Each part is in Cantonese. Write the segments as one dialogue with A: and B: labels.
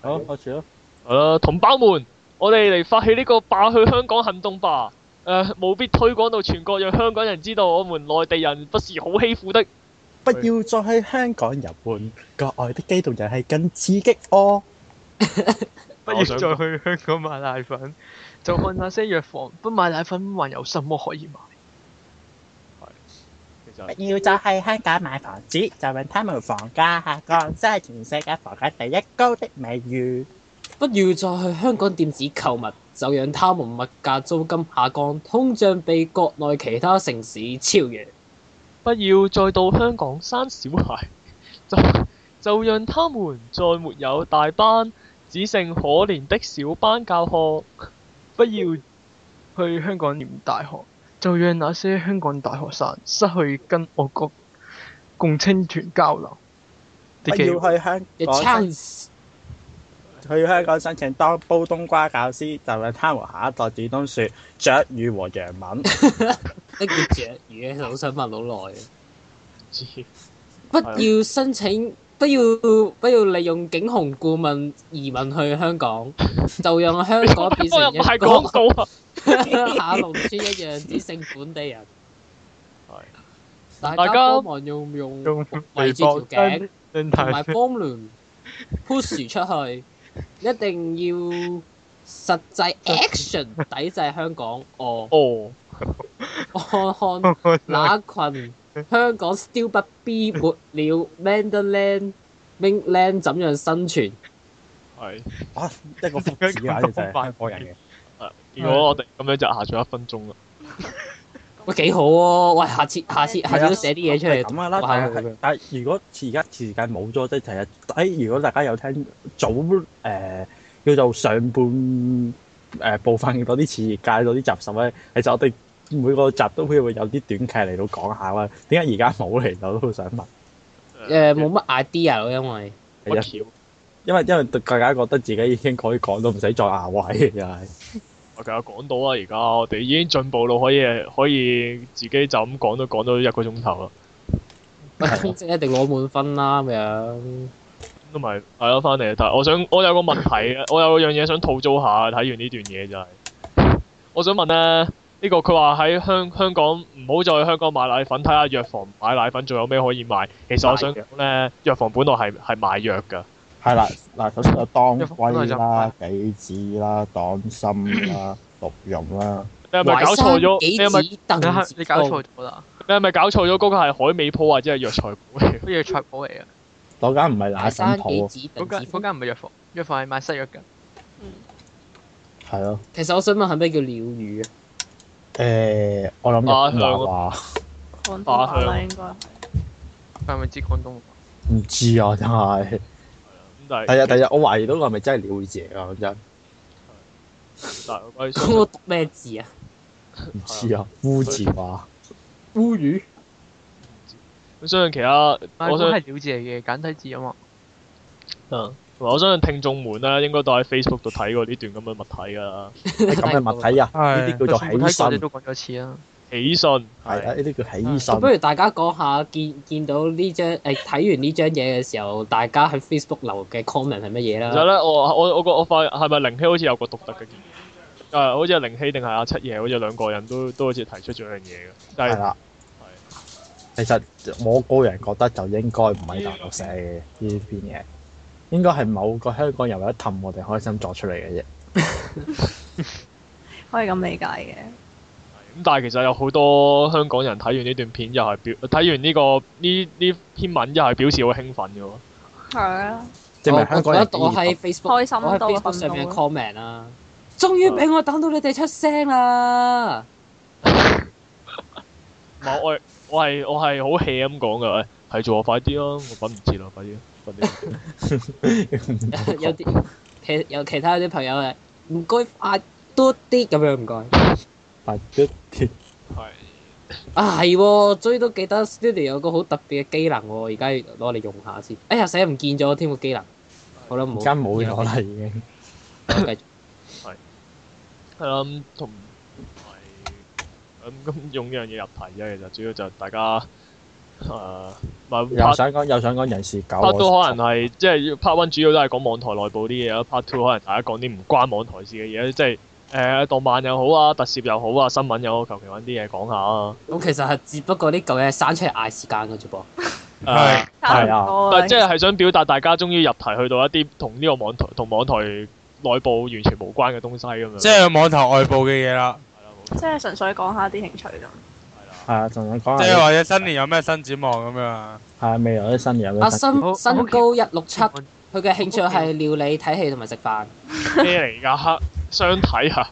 A: 好，我住咯。
B: 係啦，同胞們，我哋嚟發起呢個霸去香港行動吧！誒、務必推廣到全國，讓香港人知道我們內地人不是好欺負的。
A: 不要再喺香港遊玩，國外的機動遊戲更刺激哦。
C: 不要再去香港買奶粉，就看那些藥房，不買奶粉還有什麼可以買？
B: 其實
D: 不要再喺香港買房子，就讓他們房價下降，真係全世界房價第一高的美譽。
E: 不要再去香港店子購物，就讓他們物價租金下降，通脹被國內其他城市超越。
B: 不要再到香港生小孩， 就就讓他們再沒有大班，只剩可憐的小班教學。
C: 不要去香港念大學，就讓那些香港大學生失去跟我國共青團交流
D: 不
C: 的
D: 要
C: 機會。
D: 去香
E: The
D: 港申
E: chance
D: 去香港申請當煲冬瓜教師，就讓他們下一代只懂説雀語和洋文。
E: 的叫雀魚，好想問好耐。
B: 係
E: 不要申請，不要不要利用景洪顧問移民去香 港，就讓香港變成一
B: 又賣廣
E: 個
B: 告啊！
E: 下農村一樣，只剩本地人。大
B: 大
E: 家
B: 家
E: 幫忙用用
C: 用
E: 圍住條頸，
C: 真
E: 同埋
C: 係
E: 幫聯 push 出去，一定要實際 action 抵制香港。哦，
B: 哦，
E: 看看那群香港 still 不 B 沒了 Mandarin Mainland 怎樣生存？
B: 係。
D: 啊，一個福字簡直就係香港人嘅。
B: 如果我哋咁樣就下咗一分鐘啦。
E: 喂，幾好喎！喂，下次下次下次都寫啲嘢出嚟
D: 咁啊啦，
E: 讀下
D: 但
E: 佢咁樣
D: 啊係但係如果而家時間冇咗，即係其實誒，如果大家有聽早誒、呃叫做上半誒、呃部分嗰啲詞界嗰啲集十咧，其實我哋每個集都會會有啲短劇嚟到講下啦。點解而家冇嚟到都想問？
E: 誒，冇乜 idea 咯，因為
B: 乜橋？啊
D: 因為因 為大家覺得自己已經可以講到唔使再啊牙位，又係
B: 我其實講到啊，而家我哋已經進步到可以可以自己就咁講都講到一個鐘頭啦。
E: 喂，通識一定攞滿分啦咁樣。
B: 咁咪係咯，翻嚟。但係我想，我有個問題啊，我有樣嘢想吐槽下。睇完呢段嘢就係、我想問咧，呢、個佢話喺香香港唔好再去香港買奶粉，睇下藥房買奶粉仲有咩可以買。其實我想講咧，藥房本來係係賣藥㗎，
D: 係啦。嗱，首先有當歸啦
C: 啦、
D: 杞子啦、黨參 啦、鹿茸啦，
B: 你係咪搞錯咗？你係咪
E: 幾子凳
C: 你
E: 子哦
C: 係你搞錯咗啦，
B: 你係咪搞錯咗？嗰個係海味鋪或者係藥材鋪嚟？
C: 乜嘢菜譜嚟啊？
D: 嗰間唔係奶
E: 大
D: 粉
E: 山幾
D: 鋪，
E: 子
C: 嗰間嗰
E: 凳子。
C: 間唔係藥房，藥房係賣西藥㗎。
D: 係咯。
E: 其實我想問係咩叫鳥語啊？
D: 誒、呃我諗日本話話
F: 廣東話啦，應該係
C: 係咪知廣東話？
D: 唔知啊，真係。
B: 咁但
D: 第日
B: 係
D: 第日，我懷疑到佢係咪真係鳥字啊？講真，
B: 但係我想
E: 咁我讀咩字啊？
D: 唔知啊，烏字話
E: 烏 魚。
B: 我相信其他，
C: 但係
B: 我相
C: 係鳥字嚟嘅，簡體字啊嘛。
B: 嗯，同埋我相信聽眾們咧，應該都喺 Facebook 度睇過呢段咁嘅物體㗎啦。
D: 係咁嘅物體啊，呢啲叫做
C: 就算冇
D: 起
C: 睇過你
D: 身，
C: 都講咗次啦。
B: 喜訊
D: 係
B: 係
D: 啊，呢啲叫起
E: 咁不
D: 身。
E: 如大家講下見見到呢張誒睇完呢張嘢嘅時候，大家喺 Facebook 留嘅 comment 係乜嘢
B: 其實
E: 啦？
B: 咧，我我我個我發係咪靈希好似有個獨特嘅建議？誒、好似係靈希定係阿七爺，好似兩個人都都好似提出咗樣嘢嘅，但
D: 係
B: 係
D: 啦，其實我個人覺得就應該唔係大陸寫嘅呢篇嘢，應該係某個香港人為咗氹我哋開心作出嚟嘅啫。
F: 可以咁理解嘅。
B: 咁但係其實有好多香港人睇完呢段片又係表睇完呢、個呢呢篇文又係表示好興奮嘅喎。
F: 係啊，
D: 證
E: 我
D: 明香港
E: 我
D: 人
E: 覺得我喺 Facebook，
F: 開心
E: 我喺
F: 到
E: Facebook
F: 瞓
E: 上面嘅
F: 到
E: comment 啦，終於俾我等到你哋出聲啦！
B: 唔係我係我係我係好 hea 咁講嘅，誒係做我快啲咯，我揾唔切啦，快啲快 啲。
E: 有啲其有其他有啲朋友係唔該快多啲咁樣唔該。
D: 但係
B: 係
E: 啊係喎，追都記得 Studio 有個好特別嘅機能喎，而家要攞嚟用下先。哎呀，死唔見咗添個機能。好啦，唔好
D: 而家冇咗啦，已經。
E: 好繼續
B: 係啦，咁同嗯埋咁咁用呢樣嘢入題啫，其實主要就大家啊，咪
D: 又
B: part
D: 想講又想講人事狗，
B: part two 可能係即係 part one 主要都係講網台內部啲嘢啦，part two 可能大家講啲唔關網台事嘅嘢，即係誒動漫又好啊，特攝又好啊，新聞又好，求其揾啲嘢講下啊。
E: 咁其實係只不過呢嚿嘢生出嚟嗌時間嘅啫噃。
B: 誒
D: 係
F: 差唔
D: 係啊
F: 多啦
B: 呃但即係係想表達大家終於入題去到一啲同呢個網台同網台內部完全無關嘅東西咁樣。
G: 即係網台外部嘅嘢啦，
B: 係啦
F: 即係純粹講下啲興趣咯。
B: 冇
D: 係啊，仲想講
G: 即係
D: 下
G: 或者新年有咩新展望咁樣啊。
D: 係未來啲新嘢有
E: 阿
D: 咩新。
E: 身
C: 好
E: 身高一六七，佢
C: 我
E: 嘅興趣係料理、睇戲同埋食飯。
B: 係啦咩嚟㗎？ 相睇 啊！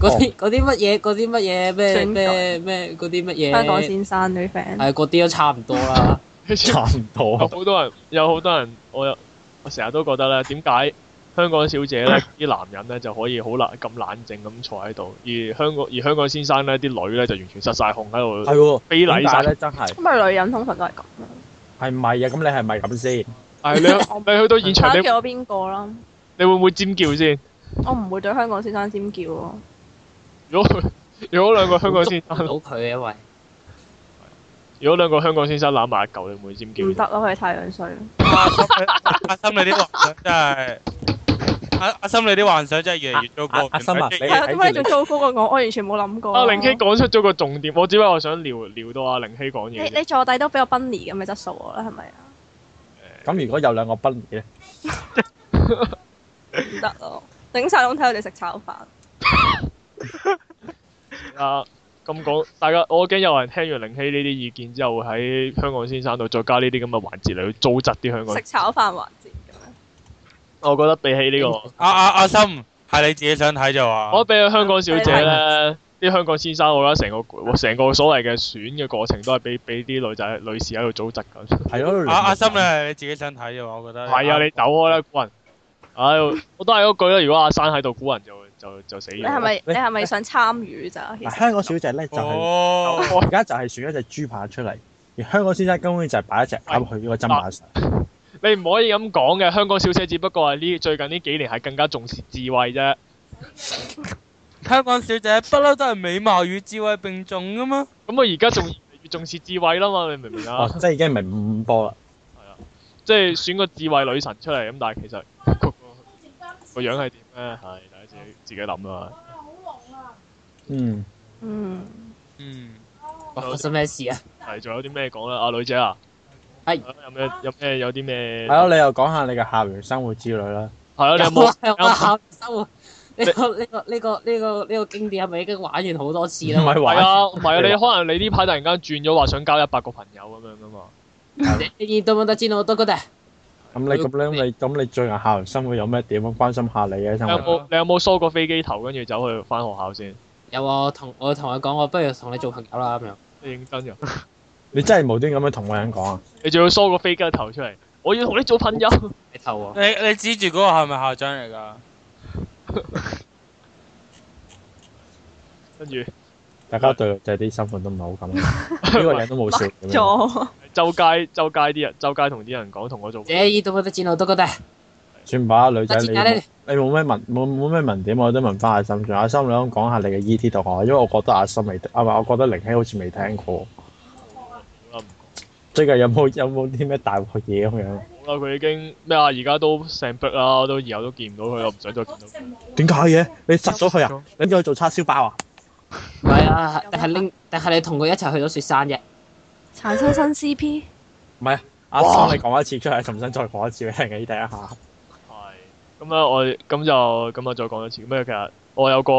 E: 嗰啲嗰啲乜嘢，嗰啲乜嘢咩
F: 選舉
E: 咩咩嗰啲乜嘢，
F: 香港先生啲 friend，
E: 係嗰啲都差唔多啦。
D: 差唔多
B: 有好多人，有好多人，我有我成日都覺得咧，點解香港小姐咧啲男人咧就可以好冷咁冷靜咁坐喺度，而香港而香港先生咧啲女咧就完全失晒控喺度
D: 係喎，
B: 非禮
D: 點解
B: 晒。
D: 咧？真係
F: 咁咪女人通常都係咁。
D: 係咪啊？咁你係咪咁先？
B: 係你你去到現
F: 睇
B: 場，
F: 下
B: 你
F: 叫我邊個啦？
B: 你會唔會尖叫先？
F: 我唔會對香港先生尖叫咯。
B: 如果如果兩個香港先
E: 捉唔
B: 生，
E: 到佢，啊因為
B: 如果兩個香港先生攬埋一嚿，你會唔會尖叫
F: 唔
B: 先？
F: 得咯，佢哋太樣衰。
G: 阿心你阿心你啲幻想真係，阿阿心你啲幻想真係越嚟越糟糕。
D: 阿阿心啊
G: 原
D: 你
G: 來
F: 係啊，
D: 睇住
F: 點解你仲糟糕過我？我完全冇諗過。
B: 啊！玲希講出咗個重點，我只不過想聊聊到阿玲希講
F: 你
B: 嘢啫。
F: 你坐底都俾我賓尼咁嘅質素我啦，係咪啊？
D: 咁如果有兩個賓咧，
F: 唔得咯，頂晒窿睇佢哋食炒飯。
B: 啊，咁講，大家我驚有人聽完玲希呢啲意見之後，會喺香港先生度再加呢啲咁嘅環節嚟去糟質啲香港
F: 食。炒飯環節咁
B: 我覺得比起呢、個，
G: 阿阿阿心係你自己想睇就話。
B: 我覺得比起香港小姐
F: 係
B: 咧，啲香港先生，我覺得成個成個所謂嘅選嘅過程都係俾俾啲女仔女士喺度糟質緊。
D: 係啊咯。
G: 阿啊阿心你係你自己想睇就話，我覺得。
B: 係啊，你走開啦，古人。唉、我都係嗰句啦。如果阿生喺度，古人就就就死咗。
F: 樣，你係咪你
D: 喂
F: 係咪想參與咋？其
D: 嗱，
F: 實
D: 香港小姐咧就係
G: 哦，
D: 而家就係選一隻豬扒出嚟，而香港先生根本就係擺一隻鴨去呢個砧板上。
B: 你唔可以咁講嘅，香港小姐只不過係呢最近呢幾年係更加重視智慧啫。
G: 香港小姐不嬲都係美貌與智慧並重噶嘛。
B: 咁我而家仲越嚟越重視智慧啦嘛，你明唔明
D: 哦，
B: 啊？
D: 即係已經明五波啦。
B: 即係選個智慧女神出嚟咁，但係其實個個樣係點咧？係大家自己自己諗啊啦。
D: 嗯，
F: 嗯，
G: 嗯，
E: 發生咩事啊？
B: 係，仲有啲咩講咧？阿女姐啊，
E: 係
B: 有咩有咩有啲
D: 係
B: 咩？
D: 咯，啊你又講下你嘅校園生活之旅啦。
B: 係咯，你有
E: 有啊
B: 冇？
E: 有
B: 有冇
E: 啊，校園生活呢個呢個呢個呢個呢個經典係咪已經玩完好多次
D: 唔
E: 啦？
D: 係
B: 係
D: 玩，
B: 啊，唔係啊，你可能你呢排突然間轉咗話想交一百個朋友咁樣噶嘛？
E: 你都冇得知我都覺得
D: 咁你咁你咁你咁你最近校園生活有咩點樣關心下你嘅
B: 你
D: 生
B: 有
D: 活？
B: 冇你有冇梳過飛機頭跟住走去翻學校先？
E: 有啊我同我同佢講，我不如同你做朋友啦咁樣。
B: 你認真㗎？
D: 你真係無端咁樣同個人講啊？
B: 你仲要梳個飛機頭出嚟？我要同你做朋友。
E: 你頭喎，
G: 你你指住嗰個係咪校長嚟㗎？
B: 跟住
D: 大家對就係啲生活都唔係好咁，呢個人都冇笑點樣。 啊
F: 咗
B: 周街周街啲人，周街同啲人講同我做。
E: 你都冇得知我都覺得。
D: 算吧，女仔
E: 得
D: 你
E: 知咧，
D: 你冇咩文冇冇咩文點，我都問翻阿心仲。阿心，你可唔可以講下你嘅 E.T. 同學，因為我覺得阿心未啊，唔係我覺得玲希好似未聽過。
B: 好啦
D: 最近有冇有冇啲咩大鑊嘢咁樣？
B: 好啦，佢已經咩啊？而家都成逼啦，我都以後都見唔到佢，我唔想再見到佢。
D: 點解嘅？你殺咗佢啊？你叫佢做叉燒包啊？
E: 唔係啊，但係拎，但係你同佢一齊去咗雪山啫。
F: 產生新 CP，
D: 阿心，你講一次出嚟，重新再講一次俾玲希聽一啊下。
B: 係。咁咧，我咁就咁啊，再講多次。咁啊，其實我有個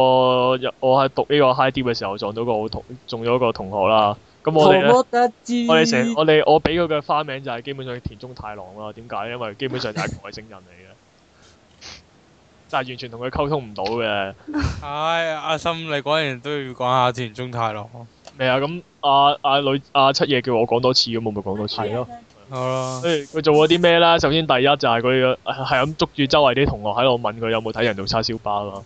B: 有我喺讀呢個 high dip 嘅時候撞到個好同中咗個同學啦。咁我哋咧，
E: 冇得知。
B: 我哋成我哋我俾佢嘅花名就係基本上田中太郎啦。點解？因為基本上就係外星人嚟嘅，就係完全同佢溝通唔到嘅。
G: 唉，阿心你果然都要講下田中太郎。
B: 咩啊？咁阿阿女阿七夜叫我講多次，咁我咪講多次。
D: 係咯。
G: 好啦。
B: 所以佢做咗啲咩啦？首先第一就係佢係咁捉住周圍啲同學喺度問佢有冇睇人做叉燒包啦。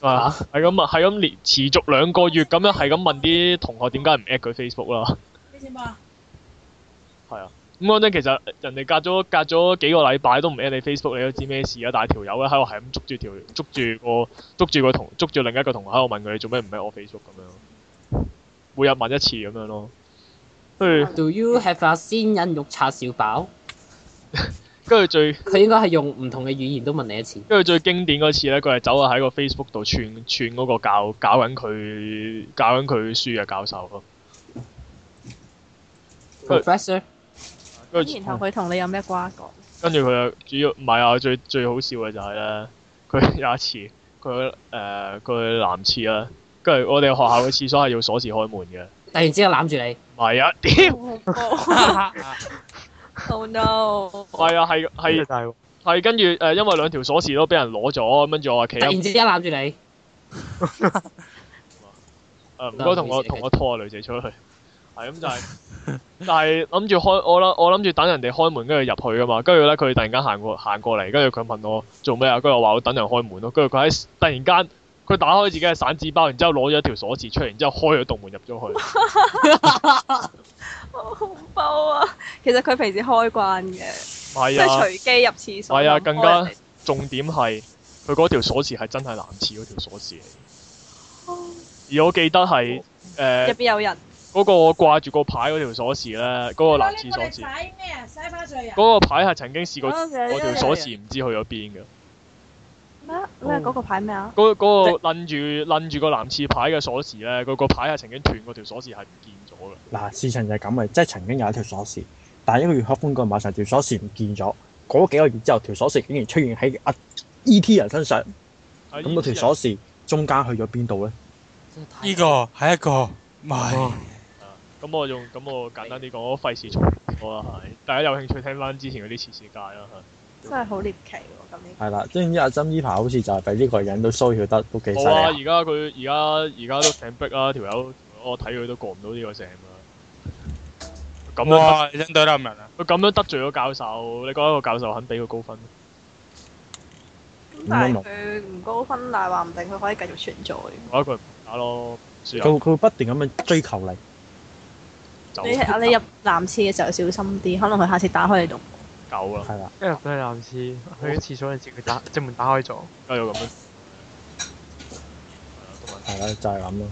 B: 啊，係咁啊，係咁連持續兩個月咁樣係咁問啲同學點解唔 at 佢 Facebook 啦。係啊，咁嗰陣其實人哋隔咗隔咗幾個禮拜都唔 at 你 Facebook，你都知咩事啊？但係條友咧喺度係咁捉住條捉住個捉住個同捉住另一個同學喺度問佢你做咩唔 at 我 Facebook 咁樣，每日問一次咁樣咯。跟住
E: Do you have a 鮮人肉叉燒包？
B: 跟住最
E: 佢應該係用唔同嘅語言都問你一次。
B: 跟住最經典嗰次咧，佢係走啊喺個 Facebook 度串串嗰個教教緊佢教緊佢書嘅教授咯。佢
E: Professor，
B: 跟住
F: 咁然後佢同你有咩瓜 葛？
B: 跟住佢又主要唔係啊，最最好笑嘅就係咧，佢有一次佢誒佢男廁啦，跟住我哋學校嘅廁所係要鎖匙開門嘅，
E: 突然之間攬住你，
B: 唔係啊，屌，
F: 好 恐怖！Oh no！
B: 唔係啊，係係係跟住誒，因為兩條鎖匙都俾人攞咗，跟住我話企
E: 突然
B: 喺
E: 之間攬住你，
B: 啊誒唔該同我同我拖個女仔出去，係咁就係， 但係諗住開我諗我諗住等人哋開門跟住入去噶嘛，跟住咧佢突然間行過行過嚟，跟住佢問我做咩啊，跟住我話我等人開門咯，跟住佢喺突然間佢打開自己嘅散紙包，然之後攞咗一條鎖匙出嚟，然之後開咗道門入 咗去，
F: 好恐怖啊！其實佢平時開關嘅，即
B: 係
F: 係
B: 啊。
F: 隨機入廁所。
B: 係啊
F: 咁
B: 更加
F: 開人哋
B: 重點係佢嗰條鎖匙係真係男廁嗰條鎖匙嚟，而我記得係
F: 入
B: 誒
F: 邊有人。
B: 嗰個掛住個牌嗰條鎖匙咧，嗰、個男廁鎖匙，嗰、
H: 睇咩啊？西花醉啊？
B: 個牌係曾經試過
F: 啊
B: 嗰條鎖匙唔知去咗邊嘅，
F: 咩
B: 嗯
F: 咩嗰個牌咩啊？
B: 嗰、嗰個擸住擸住個男廁牌嘅鎖匙咧，佢個牌係曾經斷過條鎖匙係唔見咗嘅，
D: 嗱，事情就係咁嘅，即係曾經有一條鎖匙，但係一個月黑風過，馬上條鎖匙唔見咗。嗰幾個月之後，條鎖匙竟然出現喺阿 E.T. 人身上。
B: 係
D: 咁嗰條鎖匙中間去咗邊度咧？
E: 真係太
G: 呢個係一個唔
D: 哦
G: 係
B: 咁我用咁我簡單啲講，我費事重複啦，係大家有興趣聽翻之前嗰啲次世界啦，係。
F: 真係好獵奇喎！咁呢個
D: 係啦，即係阿珍呢排好似就係俾呢個人都騷擾得都幾犀
B: 冇啊！
D: 利。
B: 而家佢而家而家都成逼啦，條友我睇佢都過唔到呢個成啦。咁樣
G: 哇！你真對得唔人啊！
B: 得佢咁樣得罪咗教授，你覺得個教授肯俾佢高分？啊
F: 咁但係佢唔高分，但係話唔定佢可以繼續存在。
B: 我覺得佢唔打咯，算啦
D: 佢佢會不斷咁樣追求你。
B: 走
F: 你啊，你入男廁嘅時候小心啲，可能佢下次打開你度。
B: 夠啦，
D: 係啦，
C: 一入到去男廁，去咗廁所嗰陣時，佢打隻門打開咗。
B: 繼續咁樣。
D: 係啦，就係咁咯。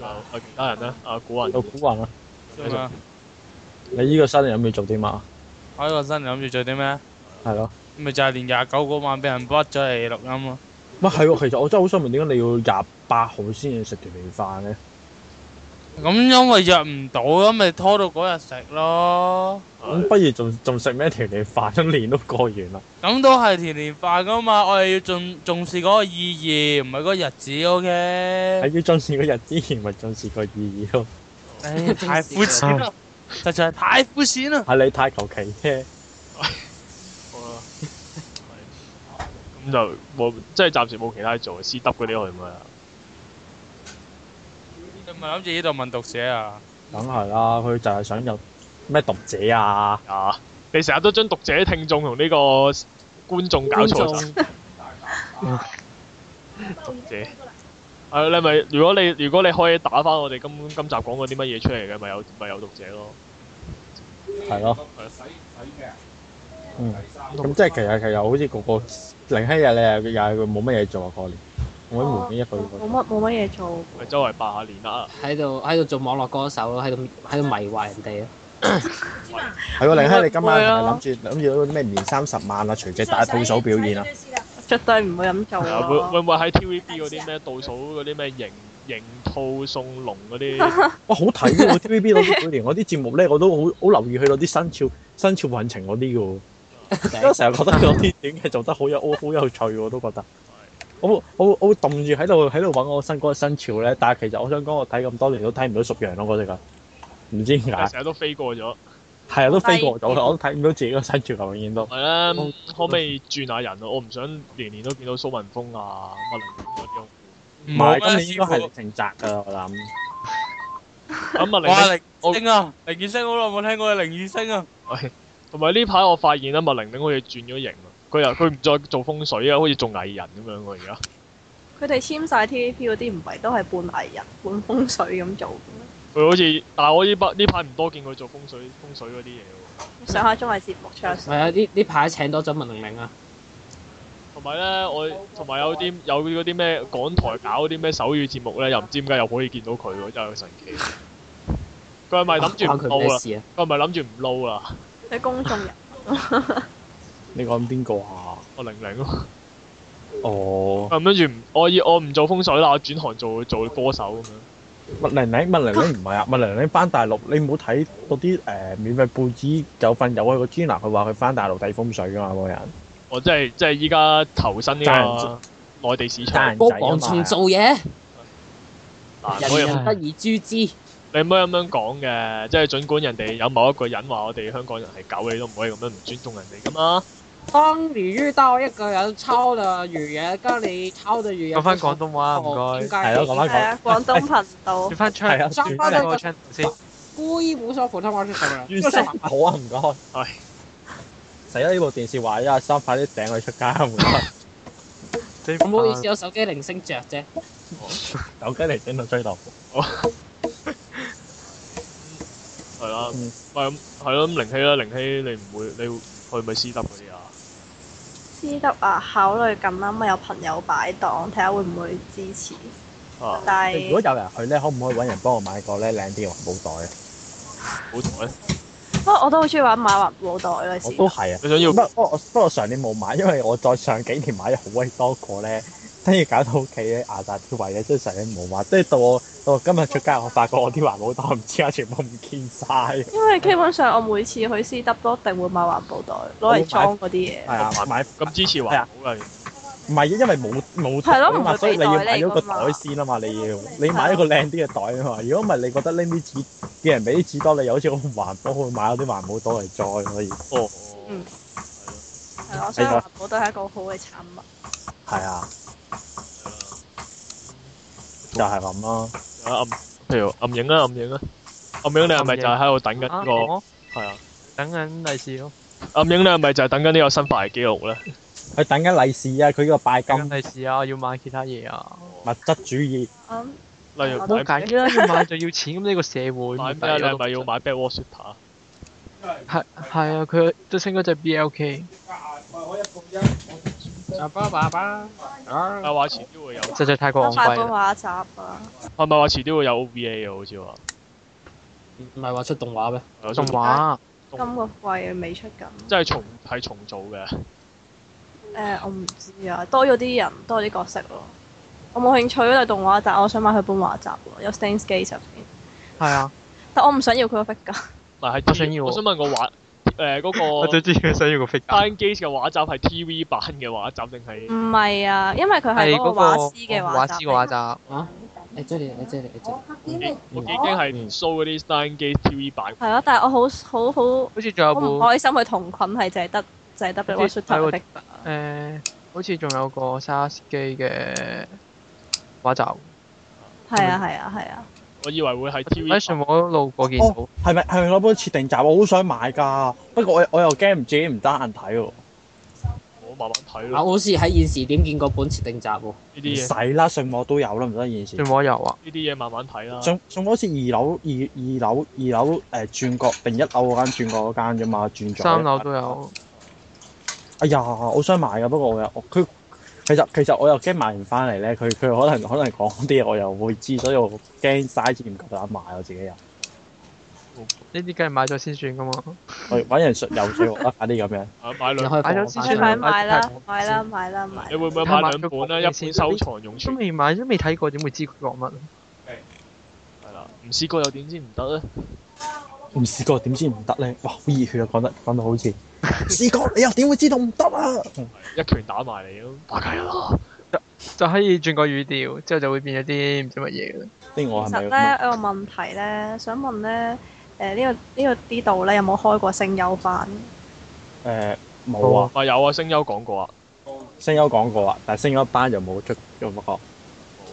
B: 係啦同埋仲有其他人咧，啊古人
D: 到古雲啦，
B: 繼續
G: 咁啊
D: 你呢個新年有冇做啲乜啊？
G: 我呢個新年諗住做啲咩？
D: 係咯。
G: 咪就係年廿九嗰晚俾人屈咗嚟錄音咯。
D: 喂，係喎，其實我真係好想問，點解你要廿八號先至食團年飯咧？
G: 咁因為約唔到，咁咪拖到嗰日食咯。
B: 啊
D: 咁不如仲仲食咩團年飯？一年都過完啦。
G: 咁都係甜年飯噶嘛，我哋要重重視嗰個意義，唔係嗰個日子
D: 喺
G: OK。
D: 要進士個日之前，咪進士個意義咯。
G: 唉，太膚淺啦，實在係太膚淺啦。
D: 係你太求其啫。
B: 好啦。係咁就冇，即係暫時冇其他做，私得嗰啲去唔去啊？
G: 你咪諗住呢度問讀者啊？
D: 梗係啦，佢就係想有咩讀者啊？
B: 啊！你成日都將讀者、聽眾同呢個觀眾搞
E: 觀
B: 錯晒。
E: 眾
B: 係你咪如果你如果你可以打翻我哋今今集講過啲乜嘢出嚟嘅，咪有咪有讀者咯。
D: 係咯。嗯。咁即係其實其實好似個個零閪日，你又又冇乜嘢做啊過年，我喺門面一個月
F: 冇乜冇乜嘢做。
B: 咪周圍霸下年啦。
E: 喺度喺度做網絡歌手咯，喺度喺度迷惑人哋咯。啊
D: 係喎，零閪你今晚係
F: 會
D: 咪
F: 啊
D: 諗住諗住嗰啲咩年三十晚啊，隨即大倒數表演啊？
F: 絕對唔會咁做
B: 係啊會會
F: 咯。
B: 唔會喺 TVB 嗰啲咩倒數嗰啲咩迎迎兔送龍嗰啲？
D: 哇，好睇喎！TVB 嗰啲每年嗰啲節目咧，我都好好留意佢嗰啲新潮新潮運程嗰啲嘅喎。因為成日覺得嗰啲短劇做得好有好好有趣喎，我都覺得。我會我會我會動住喺度喺度揾我新嗰個新潮咧，但係其實我想講，我睇咁多年都睇唔到屬羊咯嗰只噶，唔知點
B: 但係
D: 解，
B: 成日都飛過咗。
D: 係啊都飛過咗啦，我都睇唔到自己個新潮流，永遠都。
B: 係啦，可唔可以轉下人啊？我唔想年年都見到蘇文峰啊、乜零嗰啲。
D: 唔係，今
G: 咩
D: 年應該係
G: 師
D: 凌成澤㗎，我諗。
B: 咁
G: 傅
B: 啊，
G: 哇！
B: 零
G: 零
B: 我
G: 星啊，零二星好耐冇聽過你零二星啊。
B: 同埋呢排我發現咧，啊麥玲玲好似轉咗型啊！佢又佢唔再做風水啊，好似做藝人咁樣喎而家。
F: 佢哋簽晒 TVB 嗰啲唔係都係半藝人、半風水咁做嘅咩。
B: 佢好似，但係我呢排呢排唔多見佢做風水風水嗰啲嘢喎。
F: 上下綜藝節目唱
E: 係啊，呢呢排請多咗文玲玲啊，
B: 同埋咧，我同埋有啲有嗰啲咩港台搞嗰啲咩手語節目咧，又唔知點解又可以見到佢喎，真係神奇。佢係咪諗住
E: 關
B: 唔
E: 佢
B: 撈
E: 咩
B: 啊？
E: 事啊？
B: 佢係咪諗住唔撈啊啦？
F: 你公眾人，
D: 你講邊個啊？
B: 我零零咯，
D: 哦，
B: 佢諗住唔，我以我唔做風水啦，我轉行做做歌手咁樣。
D: 麥玲玲，麥玲玲唔係啊，麥玲玲翻大陸，你唔好睇嗰啲誒免費報紙有份有啊個專欄，佢話佢翻大陸睇風水噶嘛，嗰個人
B: 我真係真係依家投身呢
D: 賺
B: 個內地市
D: 賺
B: 場
D: 人，啊
E: 高磅重做嘢，
B: 嗱唔可以咁
E: 人人得而诛之。
B: 你唔可以咁樣講嘅，即係儘管人哋有某一個人話我哋香港人係狗，你都唔可以咁樣唔尊重人哋噶嘛。
E: 當你遇到一個人抄的語言跟你抄的語言
C: 講
E: 不
C: 翻
E: 相
C: 廣
E: 同，
C: 東話唔該，
E: 應 該
D: 係咯，講
F: 係
D: 翻
F: 啊，廣東頻道
C: 轉翻 c
D: 係啊
C: h
E: 轉
C: 轉
E: 翻
C: 翻
E: 呢
C: 嗰
E: 個
C: 個 channel 先。
E: 故意不說普通話是什麼？
D: 講，
E: 就是麻煩
D: 好啊，唔該。
B: 係
D: 死啦！呢部電視壞咗，阿三快啲掟佢出街，唔該。
E: 唔好
C: 啊
E: 意思，我手機鈴聲着啫。
D: 手機嚟整到追到。
B: 係啦，
D: 嗯
B: 咪咁係咯，咁靈希啦，靈希你唔會你會去咪私得嗰啲啊？
F: 知得啊，考慮咁啱咪有朋友擺檔，睇下會唔會支持。
B: 啊，
F: 但
D: 如果
F: 係
D: 有人去咧，可唔可以揾人幫我買個咧靚啲嘅環保袋啊？
B: 好台，
F: 不過我都好中意玩買環保袋嗰
D: 我
F: 陣
D: 都
F: 時，
D: 係啊。
B: 你想要
D: 不不過我不過上年冇買，因為我再上幾年買咗好鬼多個咧，跟住搞到屋企咧牙大脱位嘅，所以上年冇買。跟住到我到我今日出街，我發覺我啲環保袋唔知啊，全部唔見晒。係
F: 因為基本上我每次去 C W 都一定會買環保袋攞嚟裝嗰啲嘢。
D: 啊，買
B: 咁支持環保㗎，
D: 唔係因為冇冇
F: 係咯
D: 袋啊嘛，
F: 唔會俾
D: 所以你要買
F: 袋
D: 咗個
F: 你㗎嘛
D: 袋先啊嘛，你要你買一個靚啲嘅袋啊嘛。如果唔係，你覺得拎啲紙叫人俾啲紙多，你又好似好唔環保，去買嗰啲環保袋嚟裝可以。
B: 哦，
F: 嗯係啊咯，所以環保袋係一個好嘅產物。
D: 係啊，就
B: 係啦，
D: 係咁咯。
B: 啊暗，譬如暗影啦，暗影啦，暗影你係咪就係喺度等緊
C: 啊，
B: 呢
C: 我
B: 個係啊？
C: 等緊利是咯，
B: 暗影你係咪就係等緊呢個新發嘅記錄咧？
D: 佢等緊利是啊！佢呢個拜金
C: 等緊利是啊，我要買其他嘢啊。
D: 物質主義。
F: 咁
B: 例如
F: 我
C: 冇
F: 都
B: 買
C: 計啦，要買就要錢，咁呢個社會
B: 買咩啊？你係咪要
C: 買？
B: 買 Bad War Shooter 啊？
C: 係係啊，佢都升嗰只 BLK，
E: 爸爸爸爸，啊
B: 係話遲啲會有，
C: 實在太過
F: 都
C: 昂貴
F: 買本
C: 啦。
F: 畫集啊！
B: 係咪話遲啲會有 OVA 啊？好似話啊
E: 唔係話出動畫咩？
B: 有
C: 動畫
F: 今個季未出緊。
B: 即係重係重做嘅。
F: 誒、我唔知啊，多咗啲人，多咗啲角色咯。我冇興趣嗰對動畫，但我想買佢本畫集喎，有 Stains Gate 入邊。
C: 係啊，
F: 但我唔想要佢個 figure，
B: 唔係係
C: 我想要
B: 我想問個畫誒嗰
C: 我
B: 個
C: 最中意佢想要個 figure，
B: Dying Gaze 嘅畫集係 TV 版嘅畫集定係
F: 唔係啊，因為佢係嗰個畫師嘅
C: 畫
F: 畫
C: 師
F: 集
C: 嘅
F: 嚟。
C: 哦畫集，
E: 啊！你追你，你追你，你追
B: 我已經係 show 嗰啲 Dying Gaze TV 版？
F: 係啊咯，但係我好好好，我
C: 好似仲有
F: 唔
C: 部
F: 開心佢同捆係淨係得淨係得俾
C: 好
F: 我
C: 似
F: s h o t
C: 係喎
F: e figure。
C: 誒，呃好似仲有個沙士機嘅畫集，
F: 係啊係啊係啊，
B: 我以為會係
C: 喺
B: TV
C: 哎上
B: 版。
C: 網路過見到
D: 哦，，係咪係咪攞本設定集？我好想買㗎，不過我我又驚唔自己唔得閒睇喎。
B: 我慢慢睇
E: 啊！
B: 咯。
E: 我好似喺現時點見過本設定集喎，
B: 呢
D: 唔
B: 啲嘢
D: 使啦，信我都有啦，唔得件
C: 上
D: 事。
C: 網有啊，
B: 呢啲嘢慢慢睇啦。
D: 仲仲好似二樓二二樓二樓誒、呃、轉角定一樓嗰間轉角嗰間啫嘛，轉咗。
C: 三樓都。有，
D: 哎呀，好想買㗎，不過我又我佢其實其實我又驚買完翻嚟咧，佢佢可能可能講啲嘢我又會知，所以我驚嘥錢唔夠膽買我自己又。
C: 呢啲梗係買咗先算噶嘛，
D: 我揾人術游水我啦，快啲咁樣。
B: 啊買
E: 你
B: 兩，
E: 可
C: 買
E: 以放
C: 咗
E: 我
C: 先
E: 翻
F: 你
C: 算
E: 上
F: 快
C: 啦
E: 去
F: 買啦
C: 買
F: 買啦買啦
B: 你
F: 買啦！
B: 會唔會買兩本咧？啊一本收藏用
C: 都
B: 存
C: 未買，都未睇過，點會知佢講乜？
B: 係啦，唔試過又點知唔得咧？
D: 唔試過點知唔得咧？哇！好熱血啊，講得講到好似試過，你又點會知道唔得啊？
B: 一拳打埋你咯，打計啦！
C: 就可以轉個語調，之後就會變咗啲唔知乜嘢嘅啦。
D: 啲我係
F: 其
D: 咪
F: 實咧有個問題咧，想問咧誒呢個呢個呢度咧有冇開過聲優版？
D: 誒冇啊？
B: 咪有啊，聲優講過啊，
D: 聲優講過啊，但係聲優班就冇出咁不過。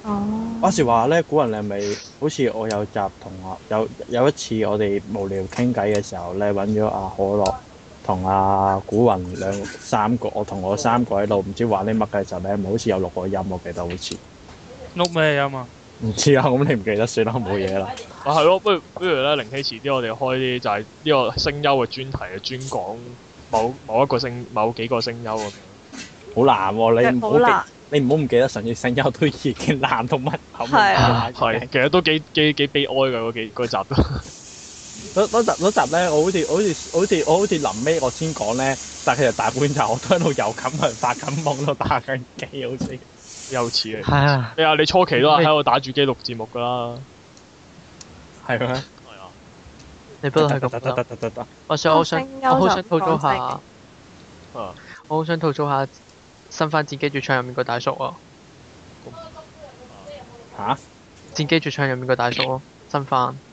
F: 哦
D: 話時話咧，古人你係咪好似我有集同學有有一次我哋無聊傾偈嘅時候咧，揾咗阿可樂同阿古雲兩三個，我同我三個喺度唔知玩啲乜嘅時候咧，咪好似有錄過音，我記得好似
G: 碌咩音啊？
D: 唔知啊，咁你唔記得算啦，冇嘢啦。
B: 咪啊係咯，不如不如咧，靈希遲啲我哋開啲就係呢個聲優嘅專題啊，專講某某一個聲某幾個聲優咁樣。
D: 好難喎、你唔
F: 好
D: 好記
F: 難，
D: 你唔好唔記得上次聲優都已經爛到乜口
F: 係啊
D: 啊，
B: 係，其實都幾幾幾悲哀嘅嗰幾嗰集都。
D: 嗰嗰集嗰集咧，我好似好似好似我好似臨尾我先講咧，但係其實大半集我都喺度又冚人發緊夢，喺度打緊機，好似
B: 幼稚 嚟。
C: 係啊，
B: 你啊，你初期都係喺度打住機錄節目㗎啦。
D: 係咩？
B: 係啊，
C: 你不能係咁
D: 得得
C: 啦。
D: 得得得，
C: 我想我想
F: 聲優
C: 我好想
F: 就
C: 吐槽
F: 講聲
C: 下，
B: 啊
C: 我好想吐槽下新番《戰機絕唱》入面個大叔啊，
D: 嚇！
C: 《戰機絕唱》入面個大叔咯，新番。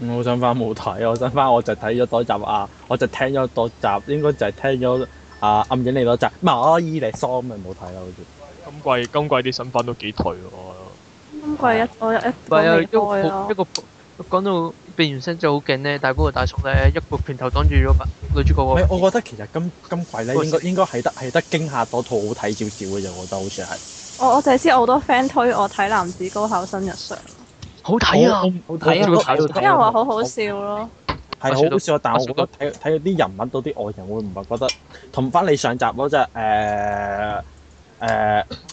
D: 我想翻冇睇，我想翻我就睇咗多集啊，我就聽咗多集，應該就係聽咗啊暗影你多集，唔係我伊利桑咪冇睇啦，好似。
B: 今季今季啲新番都幾頹喎。我覺得
F: 今季一我一
C: 唔係啊，一
F: 一
C: 個
F: 我未開
C: 一
F: 咯，
C: 個講到變完聲就好勁咧，但係嗰個大叔咧一個拳頭擋住咗女主角
D: 唔係，
C: 個。
D: 我覺得其實今今季咧
C: 喂
D: 應該應該係得係得驚嚇多套好睇少少嘅啫，我覺得好似係。
F: 我我就係知我好多 friend 推我睇男子高考生日常，
C: 好睇啊！
D: 好
E: 睇啊
D: 睇
F: 啲人話好好笑咯。
D: 係好
C: 我
D: 笑啊！但係我
C: 我
D: 覺得睇睇到啲人物到啲外人會唔會覺得同翻你上集嗰只誒誒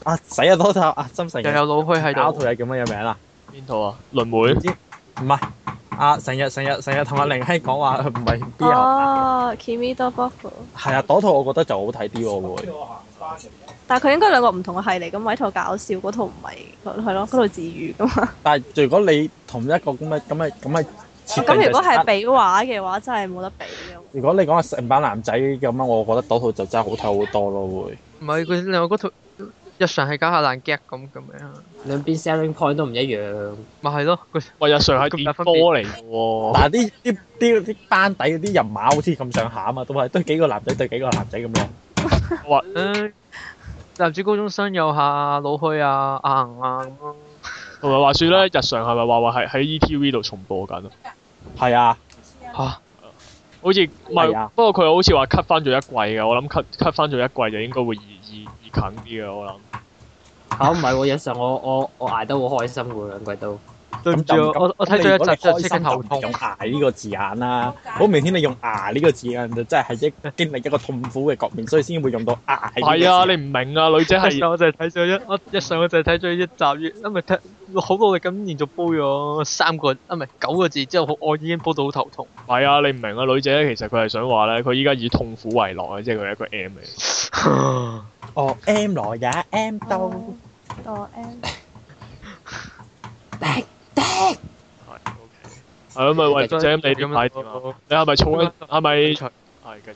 D: 啊死啊多集啊真成
C: 又有老虛喺
D: 搞套
C: 度，
D: 嘢叫乜嘢名啊？
B: 邊套啊？輪迴。
D: 唔係啊！成日成日成日同阿玲希講話唔係 B 啊，
F: 哦，Kimi do b o k
D: 係啊！嗰套我覺得就好睇啲喎會。
F: 但係佢應該兩個唔同嘅系嚟，咁咪一套搞笑，嗰套唔係，係咯，嗰套治愈噶嘛。
D: 但係如果你同一個咁嘅咁嘅咁嘅設定
F: 咁如果
D: 就
F: 係比畫嘅話，真係冇得比嘅。
D: 如果你講係成班男仔咁樣，我覺得嗰套就真係好睇好多咯，會。
C: 唔係佢另外嗰套日常係搞下爛 gag 咁咁樣，
E: 兩邊 selling point 都唔一樣。
C: 咪係咯，佢
B: 喂，日常係
C: 咁
B: 電
C: 大分
B: 波嚟嘅
C: 哦
D: 但係
B: 喎。
D: 啲啲啲啲班底嗰啲人馬好似咁上下啊嘛，都係都幾個男仔對幾個男仔咁樣。
C: 誒男主高中生有下老虛啊、阿恒啊咁咯。
B: 同埋話説咧，日常係咪話話係喺 ETV 度重播緊啊？
D: 係啊，
C: 嚇！
B: 好似唔
D: 係啊
B: 係，不過佢好似話 cut 翻咗一季嘅，我諗 cut cut 翻咗一季就應該會易易易啃啲嘅，我諗。
E: 嚇唔係喎，有時候我我我捱得好開心嘅兩季都。
C: 對唔住
D: 咁就，
C: 我我睇咗一集就即刻頭痛
D: 用。牙呢個字眼啦，好明顯你用牙呢個字眼就真係係一經歷一個痛苦嘅局面，所以先會用到牙。
B: 係啊，你唔明啊，女仔
C: 日
B: 係
C: 常我就係睇咗一，我日常我就係睇咗一集，因為睇好努力咁連續煲咗三個，啊唔係九個字之後，我我已經煲到好頭痛。
B: 唔係啊？你唔明啊？女仔咧，其實佢係想話咧，佢依家以痛苦為樂啊，即係佢係一個 M 嚟。
D: 哦 M 來也 M 到，
F: 哦哦 M
B: 係 OK。係啊，咪喂，
E: 繼續
B: 姐，你點睇點啊？你係咪儲緊？係咪
C: 喺
B: 係繼續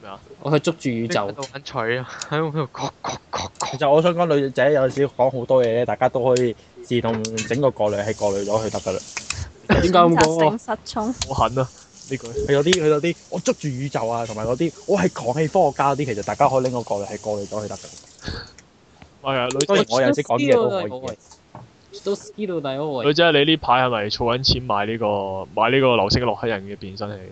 B: 咩啊？
E: 我去捉住宇宙
C: 喺，度揾取啊，喺度割割割割。
D: 其實我想講女仔有時講好多嘢咧，大家都可以自動整個過濾器過濾咗佢得㗎啦。
E: 點解咁講啊？
F: 選擇性失聰，
B: 好狠啊！呢句
D: 佢有啲佢有啲我捉住宇宙啊，同埋嗰啲我係狂氣科學家嗰啲，其實大家可以拎個過濾器過濾咗佢得㗎。
B: 係啊，女
D: 當然
B: 仔
D: 我有時講嘢都可以嘅。
E: 都 ski 到第一
B: 女
E: 位，
B: 仔，你呢排係咪儲緊錢買呢個買呢個流星洛克人嘅變身器？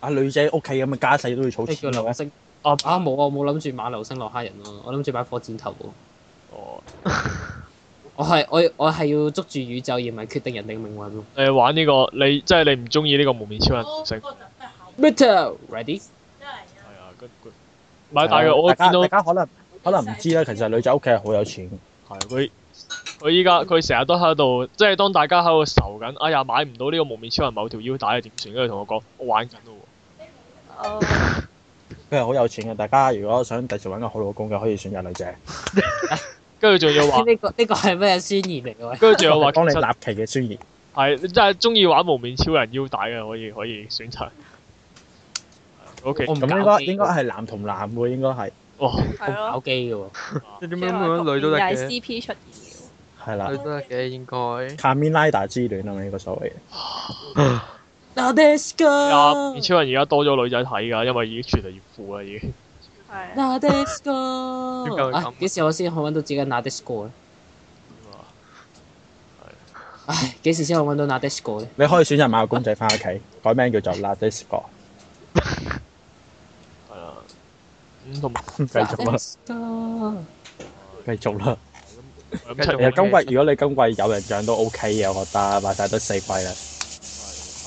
D: 啊女仔屋企咁嘅家世都要儲
E: 咩叫
D: 錢嘅
E: 流
D: 咩？
E: 星？
B: 啊
E: 啊冇啊，我冇諗住買流星落黑人咯，我諗住買火箭頭喎。
B: 哦，
E: 我係我我係要捉住宇宙，而唔係決定人哋嘅命運咯。
B: 誒玩呢個你即係你唔中意呢個無面超人流星。
E: Metal ready？
B: 係啊，跟佢唔係，但係我
D: 啊大家
B: 見到
D: 大家可能可能唔知啦，其實女仔屋企係好有錢嘅。
B: 係佢佢依家佢成日都喺度，即係當大家喺度愁緊，哎呀買唔到呢個無面超人某條腰帶點算？跟住同我講，我玩緊咯喎。
F: 哦
D: 佢係好有錢嘅，大家如果想第時揾個好老公嘅，可以選擇女仔。
B: 跟住仲要 話，
E: 呢個呢個係咩宣言嚟嘅？喂，
B: 跟住仲要話，其
D: 幫你
B: 實
D: 立旗嘅宣言。
B: 係你真係中意玩無面超人腰帶嘅，可以可以選擇。O 啊 K，
E: 我唔
D: 咁應
E: 搞
D: 該
E: 基
D: 應該係男同男嘅，應該係
B: 哇，
F: 係
E: 搞
F: 咯，
E: 基嘅喎，
C: 你點
F: 最
C: 樣
F: 後
C: 咁樣
F: 一
C: 女
F: 個
C: 都得
F: 變
C: 嘅，
F: 係 CP 出現
D: 係啦
C: 女。都得嘅應該。
D: 卡米拉達之戀啊嘛，呢個所謂。
E: 嗱 d e s k
B: 啊無面超人而家多咗女仔睇㗎，因為已經越嚟越富啦，已經。
F: 嘅，係啊
E: 嗱 d e s k
C: 點解會咁
E: 啊，幾時我先可以揾到自己嘅嗱 d e s k 咧？唉，幾時先可以揾到嗱 d e s k 咧？
D: 你可以選擇買個公仔翻屋企，改名叫做 La Disco。
B: 係啊，咁同埋
D: 繼續啦，
E: 啦。
D: 繼續啦。
B: 咁
D: 其
B: 出
C: 繼續
D: 實今季如果你今季有人漲都 OK 嘅，我覺得話晒都四季啦。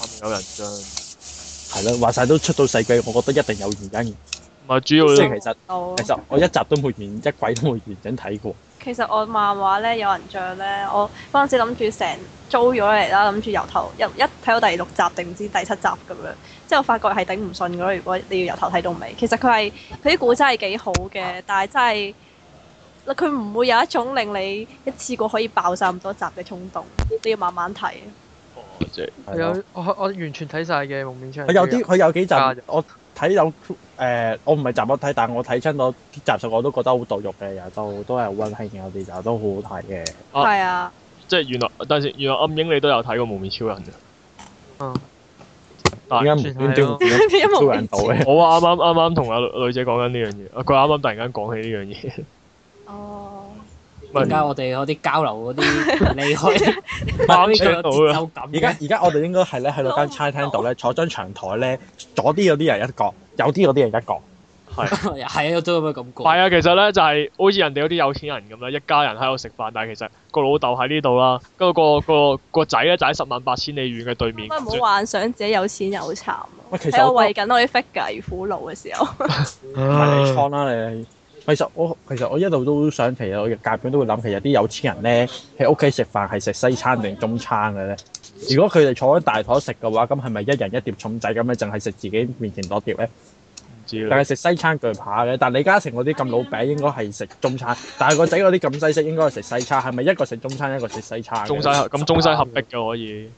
B: 啱有人將。
D: 係咯，話晒都出到世紀，我覺得一定有原因。
B: 唔係主要
D: 即
F: 係
D: 係其實
F: 到
D: 其實我一集都冇完，一鬼都冇完整睇過。
F: 其實我漫畫咧有人像咧，我嗰陣時諗住成租咗嚟啦，諗住由頭一一睇到第六集定唔知第七集咁樣，之後發覺係頂唔順噶咯。如果你要由頭睇到尾，其實佢係佢啲古仔係幾好
D: 啊
F: 嘅，但係真係佢唔會有一種令你一次過可以爆晒咁多集嘅衝動，你要慢慢睇。
B: 哦即係
D: 係咯
C: 有我我完全睇晒嘅蒙面超
D: 佢
C: 人。
D: 有啲佢有幾集
C: 加咗
D: 我睇有誒，我唔係集我睇，但我睇親到啲集數我都覺得好墮肉嘅，又都都係好温馨嘅，有啲集都好好睇嘅。
B: 啊
F: 係啊，
B: 即係原來，但係原來暗影你都有睇過《無面超人》嘅。
C: 嗯
B: 但
D: 點解無端端會變
F: 因為
D: 咗超
F: 我
D: 人到嘅？
B: 我啱啱啱啱同阿女女仔講緊呢樣嘢，佢啱啱突然間講起呢樣嘢，
F: 哦，
B: 唔
E: 點解
B: 係
E: 我哋嗰啲交流嗰啲離開
B: 啱
E: 呢
B: 上
E: 個
B: 到
E: 節
B: 啦。
E: 奏感
D: 而家
E: 嘅？
D: 而家我哋應該係咧喺到間餐廳度咧，坐張長台咧，左啲嗰啲人一角，右啲嗰啲人一角。
E: 係啊，都咁嘅感
B: 唔
E: 覺。
B: 係啊，其實咧就係、好似人哋嗰啲有錢人咁啦，一家人喺度食飯，但係其實個老豆喺呢度啦，跟住個個個仔咧就喺十萬八千里遠嘅對面。
F: 啊
C: 啊
F: 不過唔好幻想自己有錢有慘啊。
D: 喂其實
F: 喺我
D: 我都
F: 為緊我啲 figure 而苦惱嘅時候，
D: 迷你倉啦你。其實我其實我一路都想，其實我間中都會諗，其實啲有錢人咧喺屋企食飯係食西餐定中餐嘅咧。如果佢哋坐喺大台食嘅話，咁係咪一人一碟重仔咁樣，淨係食自己面前嗰碟咧？
B: 唔知
D: 但
B: 啦
D: 係食西餐鋸扒嘅，但李嘉誠嗰啲咁老餅應該係食中餐，但係個仔嗰啲咁西式應該係食西餐，係咪一個食中餐一個食西餐嘅？
B: 中西合咁中西合璧嘅可以，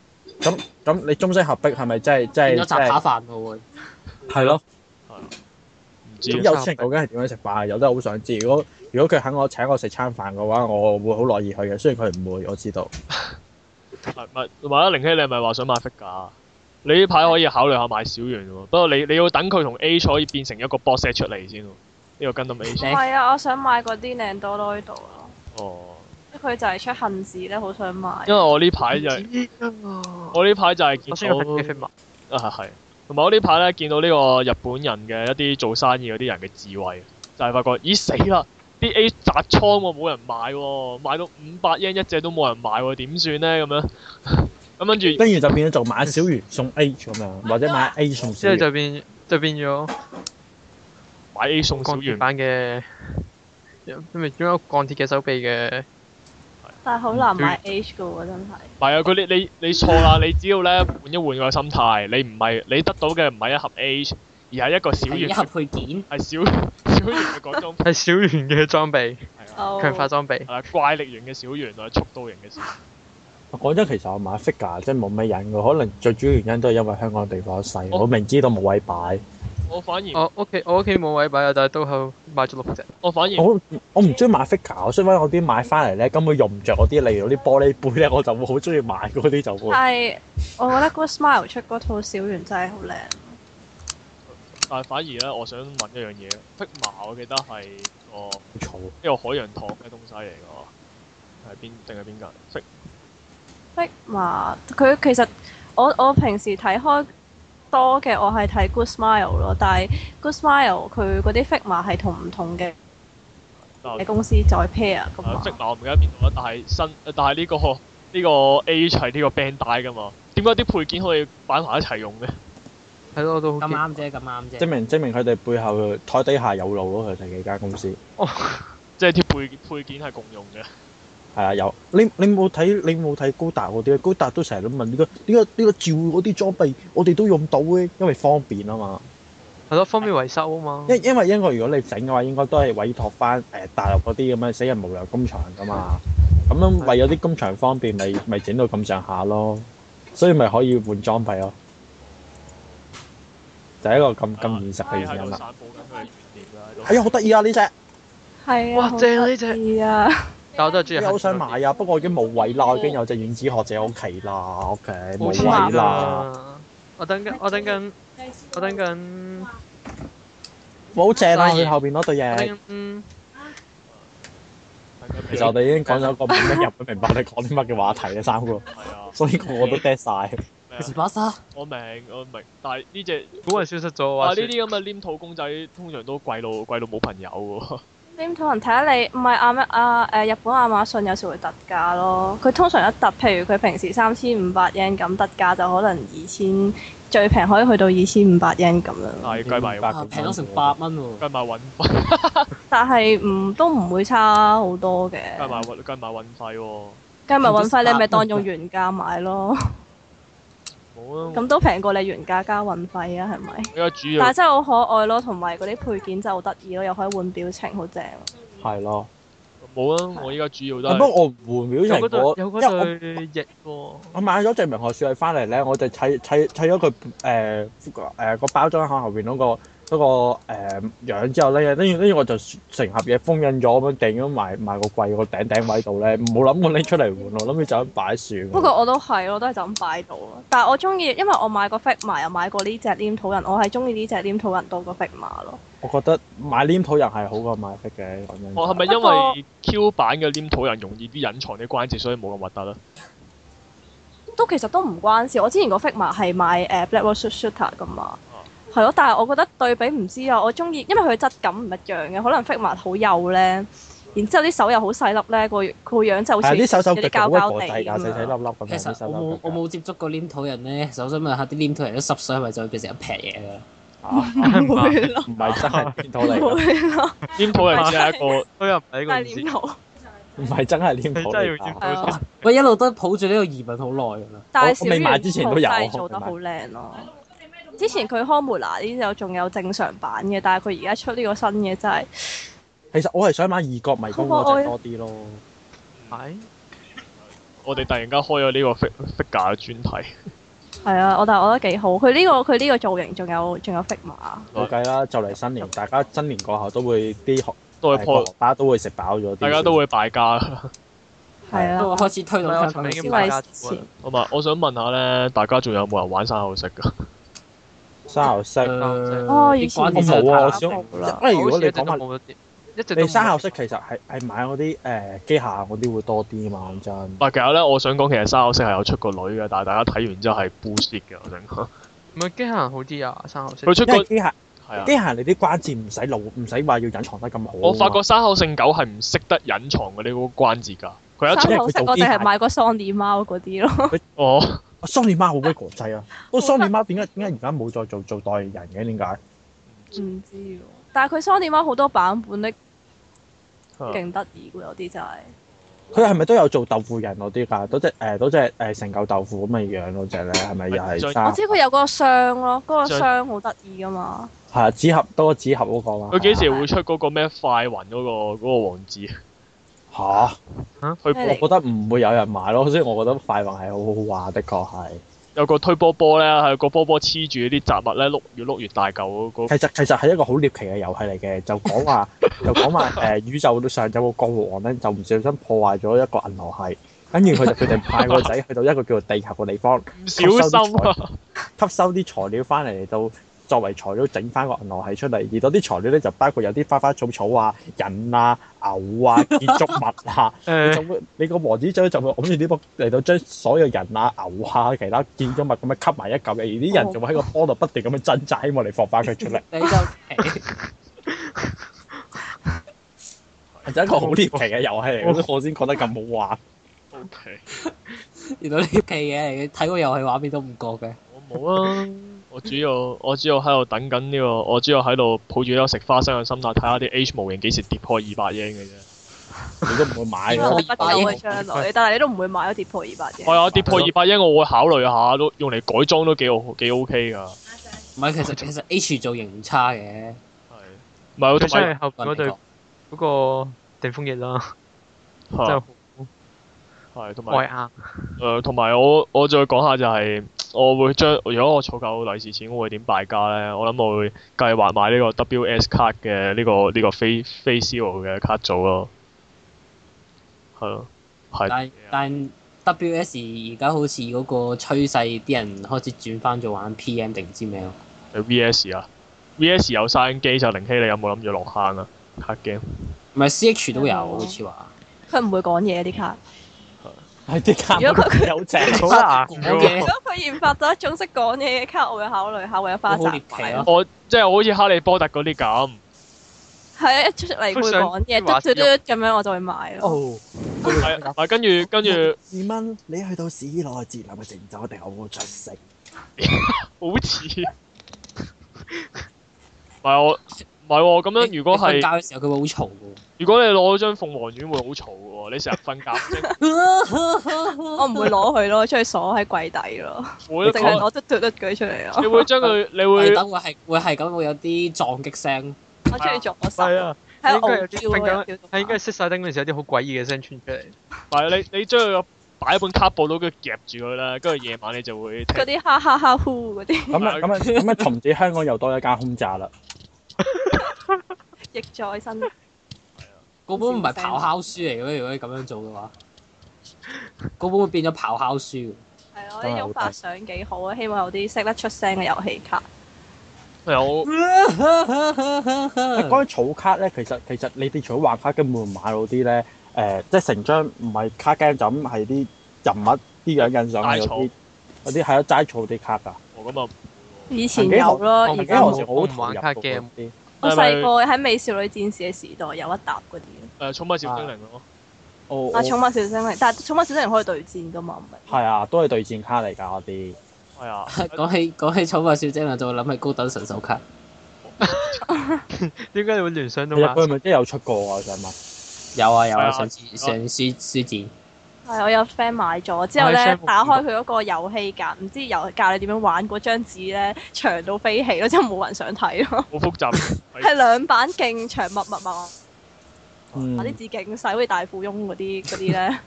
D: 咁你中西合璧係咪真係真
E: 變
D: 係
E: 咗雜
D: 真係
E: 扒飯咯喎，
D: 係咯？
B: 唔
D: 咁
B: 知
D: 有錢人究竟係點樣食飯？有得好想知。如果如果佢肯我請我食餐飯嘅話，我會好樂意去嘅。雖然佢唔會，我知道。
B: 係咪？同埋啊，玲希你係咪話想買 figure？你啊呢排可以考慮下買小圓喎，不過你你要等佢同 A 可以變成一個 boss set 出嚟先喎。呢個跟到 A
F: 唔係啊，我想買嗰啲啊靚多多度咯。
B: 哦，
F: 佢就係出恨字咧，好想買。
B: 因為我呢排就係
C: 係啊，
B: 我呢排就係
C: 我先有份嘅
B: 見
C: f 物。
B: 到啊係，同埋我呢排咧見到呢個日本人嘅一啲做生意嗰啲人嘅智慧，就係、發覺咦死啦！啲 A 砸倉喎，冇人買喎，買到五百 yen 一隻都冇人買喎，點算呢？咁樣咁跟住
D: 跟住就變咗做買小魚送 A 咁樣，或者買 A 送
C: 之
D: 小
C: 後
D: 魚。
C: 就變就變咗
B: 買 A 送小
C: 鋼鐵
B: 圓，
C: 版嘅，因為點解有鋼鐵嘅手臂嘅？
F: 但係好難買
C: 嗯
F: H 噶喎，真係。
B: 唔係啊！佢你你你錯啦！你只要咧換一換個心態，你唔係你得到嘅唔係一盒 A，而係一個小
E: 係
B: 圓
E: 一，盒配件。
B: 係小小圓嘅嗰種
C: 係小圓嘅裝備，
B: 係啊
F: 哦。
C: 強化裝備。
B: 係啊怪力型嘅小圓同埋速度型嘅小圓。
D: 講真，其實我買 figure 真係冇咩癮嘅，可能最主要原因都係因為香港地方細，我明知道冇位擺。
B: 我反而
C: 我屋企我屋企冇位擺啊，但係都係買咗六隻。
B: 我反而
D: 我我唔中意買 figure，我相反我啲買翻嚟咧根本用唔着嗰啲，例如啲玻璃杯咧，我就會好中意買嗰啲就會。
F: 但係我覺得 Good Smile 出嗰套小圓真係好靚。
B: 但係反而咧，我想問一樣嘢，Figma 我記得係個呢
D: 嘈，
B: 個海洋堂嘅東西嚟㗎喎，係邊定係邊間？Fig
F: Figma 佢其實我我平時睇開多嘅，我係睇 Good Smile 咯。但係 Good Smile 佢嗰啲 Figma 係同唔同嘅公司再 pair 噶
B: 啊
F: 嘛。
B: ，Figma 我唔記得邊度啦，但係新但係呢個呢個 A 係呢個 band 帶㗎嘛，點解啲配件可以擺埋一齊用嘅？
C: 係咯，我都好
E: 咁
C: 驚。
E: 啱啫，咁啱
D: 證
E: 啫。
D: 明證明佢哋背後台底下有路咯，佢哋幾間公司
B: 即係啲配配件係共用嘅。
D: 係啊有。你你冇睇你冇睇高達嗰啲，高達都成日都問呢個呢個呢個照嗰啲裝備，我哋都用到嘅，因為方便啊嘛。
C: 係咯，方便維修啊嘛。
D: 因因為英國如果你整嘅話，應該都係委託翻誒、大陸嗰啲咁樣死人無良工場噶嘛。咁樣為咗啲工場方便，咪咪整到咁上下咯，所以咪可以換裝備咯。就係一個啊咁咁現實嘅
B: 你喺
D: 原因
B: 度
D: 啦。
B: 啊散步緊佢嘅原點啦。喺度
D: 哎呀，好得意啊！呢只
F: 係啊。
C: 哇
F: 好
C: 正啊呢隻
F: 得意啊！
C: 但我都係中意。
D: 好想買啊，不過我已經冇位啦，我已經有隻遠子學姐喺屋企啦，屋企冇
C: 冇
F: 錢買
D: 位啦，
C: 啦。啊我等緊，我等緊，我等緊，
D: 冇正啦，
C: 生意
D: 佢後邊嗰對
C: 我
D: 嘢。
C: 等緊。
D: 其實我哋已經講咗一個冇乜人會明白你講啲乜嘅話題啦，三 個，
B: 係啊
D: 所以個個都 dead 晒。
B: 咩
E: 士
B: 啊，
E: 巴沙
B: 我明我明，但係呢只
C: 古人消失咗
B: 啊
C: 話
B: 呢
C: 説。
B: 啲咁嘅黏土公仔通常都貴到貴到冇朋友 喎。
F: 黏土人睇下你唔係亞咩亞誒日本亞馬遜有時會特價咯，佢通常一特，譬如佢平時三千五百 yen 咁特價就可能二千最平可以去到二千五百 yen 咁樣，
B: 係計埋
D: 八
E: 啊平咗成八蚊喎，
B: 計埋運費，
F: 但係唔都唔會差好多嘅。
B: 計埋運計埋運費喎。
F: 計埋運費，你咪當用原價買咯，
B: 冇啊！
F: 咁都平過你原價加運費啊，係咪？
B: 而家主
F: 但
B: 要
F: 係真係好可愛咯，同埋嗰啲配件真係好得意咯，又可以換表情，好正。
D: 係咯。
B: 冇啊！我依家主要都
D: 不過
B: 係
D: 我唔換表
C: 有嗰
D: 情，我
C: 對
D: 因
C: 有
D: 為我
C: 嗰對翼喎，
D: 我買咗隻明河雪係翻嚟咧，我就砌砌砌咗佢誒誒個包裝喺後邊嗰、個嗰、個誒、樣之後咧，跟住跟住我就成盒嘢封印咗咁樣掟咗埋埋個櫃個頂頂位度咧，冇諗過拎出嚟換喎，諗住就咁擺算。
F: 不過我都係，我都係就咁擺到咯。但係我中意，因為我買過 Figma 又買過呢只黏土人，我係中意呢只黏土人多過 Figma 咯。
D: 我覺得買黏土人係好過買 fit 嘅講真。
B: 我係咪
F: 不過
B: 因為 Q 版嘅黏土人容易啲隱藏啲關節，所以冇咁核突啊咧？
F: 都其實都唔關事。我之前個 Figma 係買誒、呃 Black Rose Shooter 噶嘛，
C: 哦
F: 係咯、但係我覺得對比唔知啊，我中意，因為佢質感唔一樣嘅，可能 Figma 好幼咧，然之後啲手又好細粒咧，個個樣就好似
D: 啊係啲手手腳
F: 有啲
D: 腳好
F: 膠
D: 鬼
F: 膠
D: 薄細
F: 地
D: 㗎，細細
F: 咁樣。
D: 粒粒咁
E: 其
D: 樣啲
E: 實
D: 手
E: 我冇
D: 手
E: 我冇接觸過黏土人咧，首先問下啲黏土人都濕水，係咪就會變成一劈嘢㗎啦？
D: 冇
F: 唔 會咯，
D: 啊唔係真係黏土嚟
F: 唔
D: 㗎，
F: 會咯，
B: 黏土人只係一個
C: 佢又唔係呢個
F: 係
C: 意思
F: 黏。土。
D: 唔係真係黏土
C: 佢真
D: 嚟
C: 係要
D: 㗎。
F: 係啊，
E: 我一路都抱住呢個疑問好耐㗎啦。
F: 但係
D: 我我未
F: 小
D: 買
F: 丸
D: 之前都有
F: 真係做得好靚咯。之前佢康梅拿呢就仲有正常版嘅，但係佢而家出呢個新嘅真係
D: 其實我係想買異國迷宮嗰只多啲咯。
C: 係
B: 我哋突然間開咗呢個 fig- figure 嘅專題。
F: 係啊，我但係我覺得幾好。佢呢、個佢呢個造型仲有仲有 Figma，
D: 冇計啦，就嚟新年，大家新年過後都會啲學
B: 都係破，
D: 大家都會食飽咗啲，
B: 大家都會敗家啦。
F: 係
E: 不過
F: 啊，
E: 開始推動香
C: 唔係我曾
E: 港嘅小
C: 經
E: 朋
F: 因為
E: 友
C: 買家族啊
F: 前
B: 同埋，我想問下咧，大家仲有冇人玩生口食㗎？
D: 生牛色。
E: 嗯誒
F: 哦以
E: 啲
F: 前
E: 關
D: 我
E: 節
D: 冇啊，我
E: 上
D: 小，
E: 下
F: 冇啦
D: 因為如果你講
C: 好似一直都
D: 話
C: 冇一啲，一直都
D: 你
C: 冇
D: 生牛色其實係係買嗰啲誒機械嗰啲會多啲嘛，講真
B: 唔。係，其實咧，我想講其實生口式係有出過女嘅，但係大家睇完之後係 bullshit 嘅，我想講。
C: 唔係機械人好啲啊，生牛色
B: 佢。出
D: 因為
B: 過
D: 機械
B: 係啊
D: 機，械你啲關節唔使露，唔使話要隱藏得咁好。
B: 我發覺生口性狗係唔識得隱藏嗰啲關節㗎。佢一出
D: 真係
F: 三口
D: 佢
F: 色
D: 做
F: 我淨
D: 機
F: 係
D: 械
F: 買過 Sony 貓嗰啲咯，
B: 哦，
D: Sony 貓好鬼國際 啊！不過
F: 好得
D: Sony 貓點解點解而家冇再做做代言人嘅？點解？
F: 唔知喎。但係佢 Sony 貓好多版本咧，
B: 啊
F: 勁得意喎，有啲真係。
D: 佢係咪都有做豆腐人嗰啲㗎？嗰只誒嗰只誒成嚿豆腐咁嘅樣嗰只咧，係咪又係
B: 最
D: 生
F: 我知佢有嗰個箱咯，嗰、個箱好得意噶嘛。
D: 係啊紙盒多紙盒嗰個嘛？
B: 佢幾時會出嗰個咩快雲嗰個嗰個王子？
D: 嚇？
B: 推
F: 咩嚟
D: 我覺
B: 波
D: 得唔會有人買咯，所以我覺得快運係好好玩，的確係。
B: 有個推波波咧，係個波波黐住啲雜物咧，碌越碌越大嚿嗰
D: 其實其實係一個好獵奇嘅遊戲嚟嘅，就講 話就講話誒宇宙上有個國王咧，就唔小心破壞咗一個銀河系，跟住佢就決定派個仔去到一個叫做地球嘅地方，
B: 唔小心啊！
D: 吸收啲材料翻嚟嚟到作為材料整翻個銀河系出嚟，而嗰啲材料咧就包括有啲花花草草啊、人啊、牛啊、建築物啊。 就
C: 誒
D: 會你個王子將就會攬住呢個嚟到將所有人啊、牛啊、其他建築物咁樣吸埋一嚿嘅，而啲
F: 哦
D: 人就會喺個波度不斷咁樣掙扎，希望你放翻佢出 嚟，
E: 你就奇
D: 係一個好獵奇嘅遊戲嚟，我先覺得咁好玩。
B: O K，
E: 原來呢啲奇嘢嚟嘅，睇個遊戲畫面都唔覺嘅。
B: 我冇啊。我主要我主要喺度等緊呢個，我主要喺度抱住一個食花生嘅心態，睇下啲 H 模型幾時跌破二百 yen 嘅啫。
D: 你都唔會買
F: 可能
D: 嘅，
F: 不久嘅將來，但係你都唔會買咗跌破二百嘅。
B: 係啊，跌破二百 yen 我會考慮下，都用嚟改裝都幾好幾 OK 㗎。
E: 唔係，其實其實 H 造型唔差嘅。
B: 係，唔係我
C: 佢
B: 同
C: 真
B: 埋
C: 係後邊
E: 我
C: 嗰對
E: 哋
C: 嗰個地風翼啦，真係
B: 嚇
C: 好
B: 係同
C: 愛
B: 埋
C: 啊！
B: 誒呃同埋我我再講下就係，我會將如果我儲夠利是錢，我會點敗家咧？我諗我會計劃買呢個 WS 卡嘅呢個呢個非非 zero 嘅卡組咯。係咯，係
E: 但但 WS 而家好似嗰個趨勢，啲人開始轉翻做玩 PM 定唔知咩咯。
B: VS 啊，VS 有山機就靈希，你有冇諗住落坑啊？卡 game
E: 唔係 CH 都有，好似話。
F: 佢唔會講嘢啲卡。
D: 係啲卡
F: 如果
D: 冇有正。
C: 好 啊難
E: 講
C: 嘅
F: 如
E: 嘢
F: 果佢研發咗一種識講嘢嘅卡，我會考慮下會有花
E: 好
F: 澤
E: 獵奇咯
B: 我即係好似哈利波特嗰啲咁。
F: 係啊，一出嚟會講嘢，嘟嘟嘟咁樣我就會買咯。
D: 哦，
B: 係係跟住跟住
D: 二蚊，你去到市內自立嘅成就一定好出色。
B: 好似。 唔係我，唔係喎。咁樣如果
E: 你瞓覺
B: 係，
E: 嘅時候佢會好嘈嘅
B: 如果你攞張鳳凰丸會好嘈嘅喎。你成日瞓覺即
E: 喎。
F: 我唔會攞佢咯，將佢鎖喺櫃底咯，
B: 係會
F: 淨係
B: 講，
F: 攞啲嘟嘟舉出嚟
B: 你
F: 咯。
B: 會將佢，你
E: 我
B: 會
E: 等會係會係咁會有啲撞擊聲，
F: 我中意做我手，
C: 係啊，
F: 喺
C: 你
F: 度
C: 應該有啲
F: 傲嬌啊咯，叫
C: 係應該
F: 做
C: 係熄晒燈嗰陣時有啲好詭異嘅聲傳出嚟。
B: 係你你將佢擺喺本卡布度，跟住夾住佢啦。跟住夜晚你就會聽
F: 嗰啲哈哈哈呼嗰啲，
D: 咁啊咁啊咁啊，從此香港又多一間空宅啦。
F: 逆在 身。
E: 嗰本唔係咆哮書嚟嘅咩？如果你咁樣做嘅話，嗰本會變咗咆哮 書嘅。
F: 係咯，
C: 啊
F: 呢種發想幾好啊！希望有啲識得出聲嘅遊戲卡。
B: 有
E: 嗯
D: 嗰啲草卡咧，其實其實你哋除咗畫卡根本買到啲咧，誒、即係成張唔係卡 game 就咁係啲人物啲樣印上去嗰啲，嗰啲係有齋草啲卡㗎。
B: 我咁啊，
F: 以前有咯，
C: 我唔
D: 曾
C: 記得
F: 而
D: 經
F: 家
D: 我
F: 冇
C: 咗
D: 時好投入嗰啲，
F: 我細個喺美少女戰士嘅時代有一沓嗰啲，
B: 誒寵物小精靈咯。
D: 我我
F: 啊寵物小精靈，但係寵物小精靈可以對戰噶嘛，唔係？
D: 係啊，都係對戰卡嚟㗎嗰啲。
B: 係啊，
E: 講起講起寵物小精靈，就會諗起高等神手卡。
C: 點解你會聯想到
D: 其實
C: 馬
D: 佢係咪真係有出過啊？我想問。
E: 有啊有
B: 係
E: 啊，
B: 啊
E: 上次上次書展
F: 係我有 friend 買咗之後
C: 我喺
F: 咧
C: Shamrock，
F: 打開佢嗰個遊戲架，唔知遊教你點樣玩嗰張紙咧，長到飛起咯，真係冇人想睇 咯。
B: 好複雜。
F: 係兩版勁長密密密，嗰
D: 嗯，
F: 啲字勁細，好似大富翁嗰啲嗰啲咧。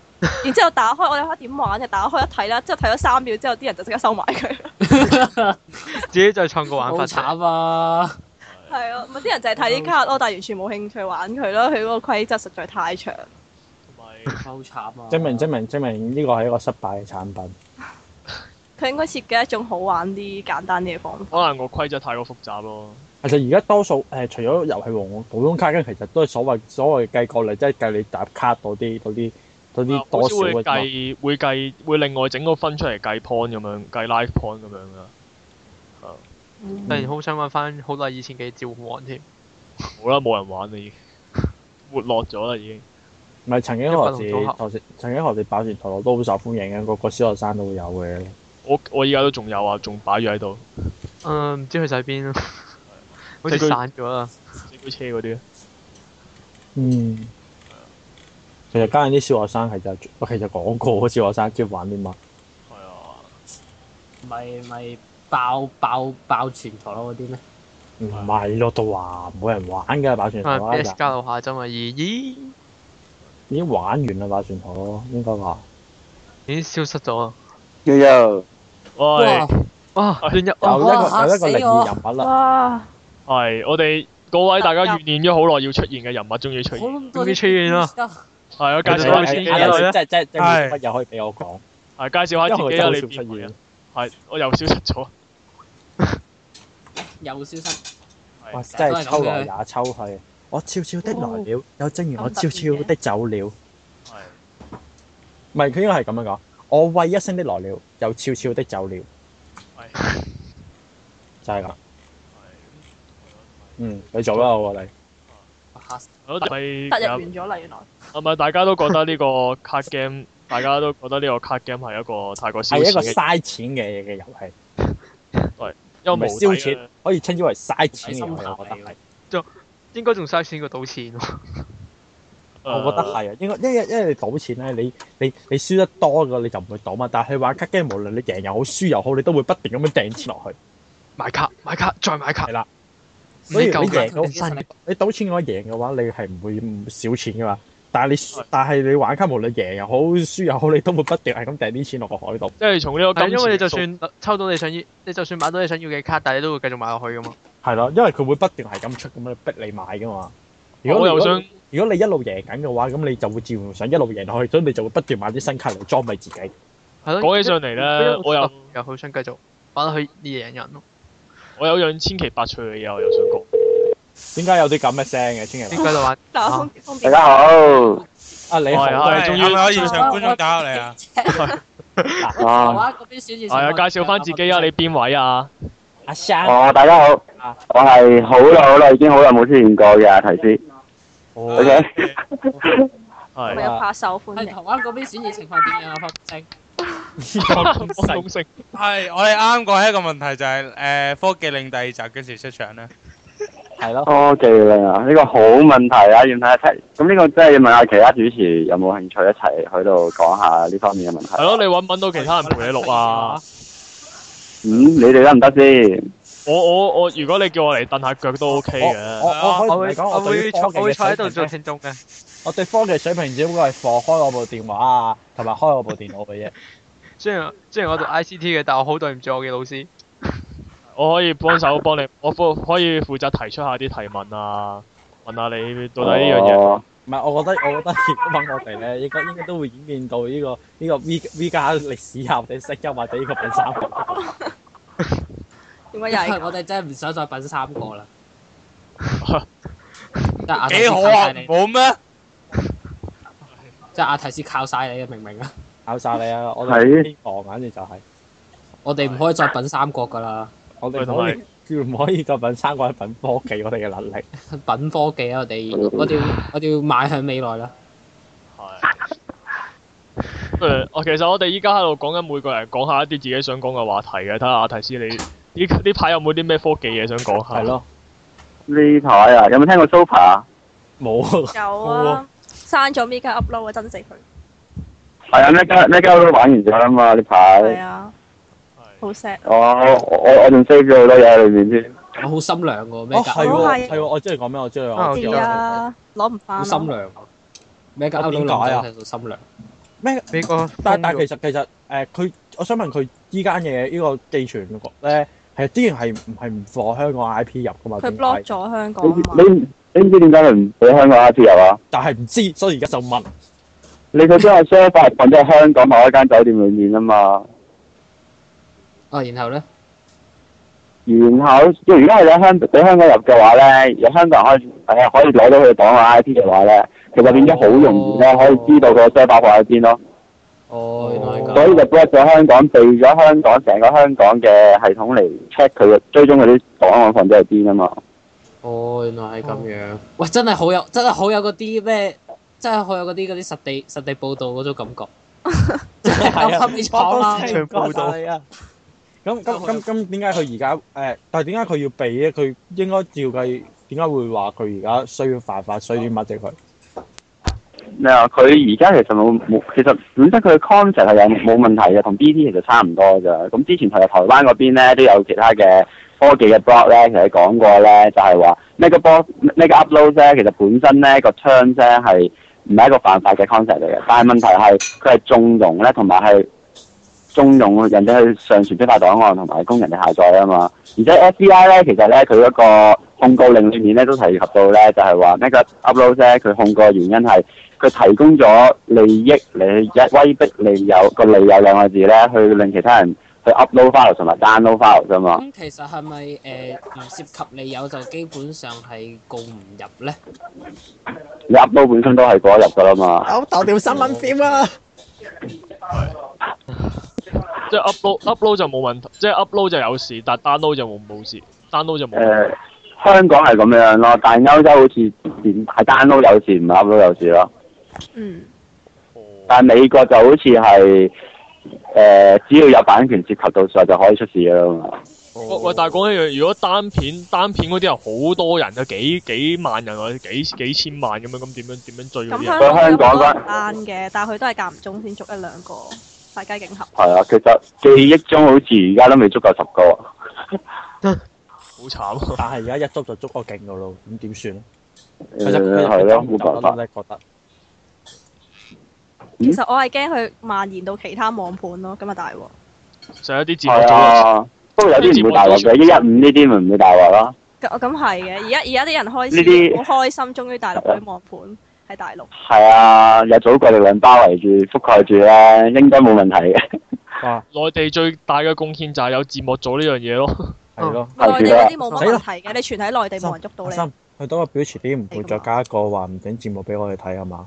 F: 然之後打開我有下點玩嘅，打開一睇啦，之後睇咗三秒之後，啲人就即刻收埋佢。
C: 自己就係創個玩
E: 好
C: 法出嚟？
E: 慘啊！
F: 係啊，咪啲人就係睇啲卡咯，但係完全冇興趣玩佢咯。佢嗰個規則實在太長。
B: 同埋
E: 好慘啊！
D: 證明證明證明呢個係一個失敗嘅產品。
F: 佢應該設計一種好玩啲、簡單啲嘅方法。
B: 可能個規則太過複雜咯。
D: 其實而家多數誒、除咗遊戲王普通卡，跟其實都係所謂所謂計過嚟，即係計你搭卡嗰啲嗰啲嗰
B: 啊
D: 啲
B: 好
D: 多
B: 似
D: 少嘅
B: 會
D: 啫嘛。
B: 計會計會另外整個分出嚟計 point 咁樣，計 life point 咁樣噶。
F: 嗯
C: 突然好想揾翻好耐以前嘅召喚王添。
B: 好啦，冇人玩啦已經，沒落咗啦已經。
D: 唔係曾經何
C: 一
D: 時
C: 百零組合
D: 何時曾經何時爆旋陀螺都好受歡迎嘅，個個小學生都會有嘅。
B: 我我而家都仲有啊，仲擺咗喺度，
C: 嗯，唔知去晒邊咯，好
B: 即係
C: 似
B: 佢
C: 散咗啊啦。
B: 即係車嗰啲。
D: 嗯，其實家陣啲小學生其實我其實講過，小學生中意玩啲乜？
B: 係啊，
E: 咪咪爆爆爆全陀螺嗰啲咩？
D: 唔係咯，都話冇人玩㗎爆旋陀
C: 啊
D: 螺，
C: ，PS 加樓下啫嘛，而咦
D: 已經玩完啦爆旋陀螺，應該話。
C: 已經消失咗啦。啊
H: 又又
E: 哇
B: 喂，！哎
C: 哇，亂入
D: 有一個
C: 哦，
E: 哇
D: 有一個
E: 嚇死
D: 靈
E: 我
D: 異人物啦。
F: 哇！
B: 係我哋各位大家預念咗好耐要出現嘅人物，終於出現。
E: 咁多
C: 終於出現啦！
B: 係啊，介
D: 係
C: 佢就
B: 紹下
C: 係
B: 自己
C: 係
B: 啦
C: 係。
D: 即係即係即
G: 係
D: 係乜嘢可以俾我講？
B: 係介紹下
D: 因
B: 自己
D: 為
B: 啦，
D: 我真係
B: 你
D: 好少
B: 邊
D: 出
B: 位啊
D: 現？。
B: 係我又消失咗。
E: 又消失，
D: 哇！
B: 係
D: 真係抽來也抽去，我悄悄的來了，又正如我悄悄的走了。
B: 係
D: 唔係，佢應該係咁樣講。我為一聲的來了，又悄悄的走了，
B: 係
D: 就係咁。
B: 係。
D: 嗯，你做啦，我覺得你。
E: 嚇死！
B: 係咯係
F: 突入完咗啦，原來。
B: 係咪大家都覺得呢個 card game，大家都覺得呢個 card game 係一個太過消
D: 係一個
B: 遣嘅，
D: 嘥錢嘅嘅遊戲，
B: 因
D: 唔係
B: 為
D: 燒
B: 無底
D: 錢
B: 嘅，
D: 可以稱之為嘥
E: 睇
D: 錢嘅
E: 心
D: 遊戲，
E: 下
D: 我覺得係。
C: 應該仲嘥錢過賭錢喎。
B: 呃
D: 我覺得係啊，應該因為因為你賭錢咧，你你你輸得多嘅你就唔會賭嘛。但係你玩 card game，無論你贏又好輸又好，你都會不斷咁樣掟錢落去。
C: 買卡，買卡，再買卡
D: 係。啦，
C: 唔
D: 所以你
C: 夠
D: 贏
C: 卡
D: 到
C: 變身嘅。
D: 你賭錢嘅話贏嘅話，你係唔會唔少錢噶嘛。但係你輸但係你玩卡，無論贏又好輸又好，你都會不斷係咁掟啲錢落個海度。
B: 即係啊從呢個
C: 係
B: 金
C: 因為
B: 錢
C: 你就
B: 數
C: 算抽到你想要，你就算買到你想要嘅卡，但係你都會繼續買落去噶嘛。
D: 係咯，因為佢會不斷係咁出咁樣逼你買噶嘛。如
B: 我
D: 果
B: 又
D: 你
B: 想，
D: 如果你一路贏緊嘅話，咁你就會自然想一路贏落去，所以你就會不斷買啲新卡嚟裝備自己。
C: 係咯。
B: 講起上嚟咧，我又
C: 又好想繼續玩落去贏人咯。
B: 我有樣千奇百趣嘅嘢，我又想講。
D: 點解有啲咁嘅聲嘅？千祈
C: 點解就玩？
F: 打通通
H: 大
F: 電
H: 家
F: 話。
H: 好，
D: 啊，你好
B: 係
D: 啊
B: 啊，
G: 係
B: 終於
G: 係咪可以現場觀眾打落嚟啊？
E: 台
H: 啊，
E: 灣嗰邊選戰
B: 係啊，介紹翻自己啊，你邊位啊？
D: 阿生，
H: 哦，大家好，我係好耐好耐已經好耐冇出現過嘅提斯
B: 啊
D: 哦
H: ，OK，
F: 我
B: 係
F: 有拍手歡
E: 係
F: 迎
E: 台。灣嗰邊選戰情況點樣啊？方正
B: 我懂性
G: 係我哋啱講一個問題就係誒科技令第二集幾時出場咧？
D: 係咯，
H: 科技令啊，呢、個好問題啊，要睇下睇。咁呢個真係要問下其他主持有冇興趣一齊去度講下呢方面嘅問題。啊
B: 係咯，你揾唔揾到其他人陪你錄啊？
H: 嗯，你哋得唔得先？
B: 我我我，如果你叫我嚟蹬下腳都 OK
D: 我
B: 嘅。
D: 我
C: 我
D: 可
C: 會
D: 以同你講，
C: 我
D: 我對
C: 會
D: 於
C: 坐
D: 科技
C: 我會
D: 嘅水
C: 坐喺度
D: 平
C: 做
D: 咧
C: 聽眾嘅。
D: 我對科技水平只不過係放開我部電話啊，同埋開我部電腦嘅啫。
C: 雖然雖然我讀 I C T 嘅，但我好對唔住我嘅老師。
B: 我可以幫手幫你，我負可以負責提出下啲提問啊，問下你到底呢樣嘢。
H: 哦
D: 唔係，我覺得我覺得如果揾我哋咧，應該應該都會演變到呢、個呢、個 V V 加歷史啊，或者聲音或者呢個品三個。
E: 因
F: 點解又
E: 為
F: 係
E: 我哋真係唔想再品三 個啦。即係阿提
G: 幾
E: 斯
G: 好
E: 靠
G: 啊，
E: 晒你，
G: 冇咩？
E: 即係阿提斯靠晒你啊！明唔明啊？
D: 考晒你啊！我
H: 係
D: 哋呢個反正就係、
E: 我哋唔可以再品三個噶啦，
D: 我哋
B: 喂
D: 唔可以叫唔可以再品三個係品科技我哋嘅能力。
E: 品科技啊！我哋我哋要我哋要邁向未來啦。
D: 哦
B: 係。誒，哦我其實我哋依家喺度講緊每個人講下一啲自己想講嘅話題嘅，睇下阿提斯你呢呢排有冇啲咩科技嘢想講下？
D: 係，咯，
H: 呢台啊，有冇聽過 Super 啊？
D: 冇
F: 有啊？刪咗 Mika upload 啊，真死佢！
H: 係啊，咩家咩家都玩完咗啦嘛，呢
F: 係
H: 排。
F: 啊，好
B: 係
F: sad 啊。
H: 我我我我仲 save 咗好多嘢喺裏面添。
E: 我好心涼喎，咩
D: 哦，
E: 格
D: 係
F: 我
D: 喎
F: 係
D: 係喎，我知你講咩，我知你
C: 啊
D: 講
C: 我
D: 咩
C: 知
F: 係啊，攞唔翻
E: 好
F: 啊。
E: 心涼。咩格歐
D: 點
E: 到
D: 解啊
E: 諗真係好心涼。
D: 咩？
C: 美國
D: 但但
C: 封
D: 其
C: 咗
D: 實其實誒，佢、我想問佢依間嘢呢個寄存咧，係之前係唔係唔放香港 I P 入噶嘛？
F: 佢
D: 點
F: block
D: 解？
F: 咗香港啊
H: 你
F: 嘛。
H: 你你唔知點解佢唔俾香港 I P 入啊？
D: 但係唔知，所以而家就問。
H: 你佢將個 server 放咗喺香港某一間酒店裏面啊嘛。
E: 哦，然後咧，
H: 然後，如果係喺香俾香港入嘅話咧，有香港人可以誒可以攞到佢檔案 I P 嘅話咧，其實變咗好容易咧，可以知道個 server 放喺邊咯。
E: 哦，原來係
H: 所以
E: 咁。
H: 就 b l 咗香港，避咗香港成個香港嘅系統嚟 check 佢嘅追蹤佢啲檔案放咗喺邊啊嘛。
E: 哦，原來係咁樣。喂，真係好有，真係好有嗰啲咩，真係好有嗰啲嗰啲實地實地報道嗰種感 覺。真係
D: 係
E: 夠
D: 啊
E: 黑你闖啦！
D: 全報道啊！咁咁咁咁點解佢而家誒？但係點解佢要避咧？佢應該照計點解會話佢而家需要犯法，需要啲乜 啫？佢
H: 你話佢而家其實冇冇，其實本身佢嘅 concept 係有冇問題嘅，同 BT 其實差唔多㗎。咁之前係台灣嗰邊咧都有其他嘅科技嘅 blog 咧，其實講過咧，就係話 mega blog mega upload 咧，其實本身咧個 term 咧係唔係一個犯法嘅 concept 嚟嘅，但係問題係佢係縱容咧，同埋係縱容人哋去上傳非法檔案同埋供人哋下載啊嘛。而且 FBI 咧，其實咧佢嗰個控告令裏面咧都提及到咧，就係話 mega upload 咧，佢控告嘅原因係。佢提供咗利益嚟一威逼利誘個利誘兩個字咧，去令其他人去 upload file 同埋 download file 啫嘛。
E: 咁其實係咪誒唔涉及利誘就基本上係告唔入 咧？
H: 你 upload 本身都係嗰一入噶啦嘛。
A: 我頭條新聞點啊？
B: 即係 upload upload 就冇問題，即係 upload 就有事，但 download 就冇冇事，download 就冇
H: 誒、
B: 問題。
H: 香港係咁樣咯，但係歐洲好似連係 download 有事，唔係 upload 有事咯。
F: 嗯，
B: 哦
H: 但係美國就好似係誒，只要有版權涉及到上就可以出事噶啦嘛。
B: 喂喂，但係講一樣，如果單片單片嗰啲人好多人嘅，啊幾幾萬人或者幾幾千萬咁樣，咁點樣點樣追嗰
F: 咁
B: 啲人？
F: 香港有
H: 香港
F: 好多
H: 嗰
F: 人單嘅，但係佢都係間唔中先捉一兩個，大家競合。
H: 係啊，其實記憶中好似而家都未足夠十個。
B: 好 慘啊！
D: 但係而家一捉就捉個勁噶咯，咁點算咧？
H: 誒
C: 嗯
H: 係咯，冇辦法。
D: 咧覺得
F: 其實我係驚佢蔓延到其他網盤咯，咁啊大鑊。
B: 成一啲字幕
H: 係
B: 組
H: 啊，不過有啲唔會大鑊嘅，一一五呢啲咪唔會大鑊啦。
F: 咁咁係嘅，而家而家啲人
H: 呢
F: 開
H: 啲
F: 始好開心，終於大陸嗰啲網盤喺大陸。
H: 係啊，有祖國力量包圍住、覆蓋住咧，應該冇問題嘅。
B: 內地最大嘅貢獻就係有字幕組呢樣嘢咯。
D: 係咯。
H: 係
F: 內地嗰啲冇
D: 死
F: 乜
D: 啦
F: 問題嘅，你全喺內地冇人捉到
D: 阿
F: 你。
D: 心，佢等我表示啲唔會再加一個話唔整節目俾我哋睇係嘛？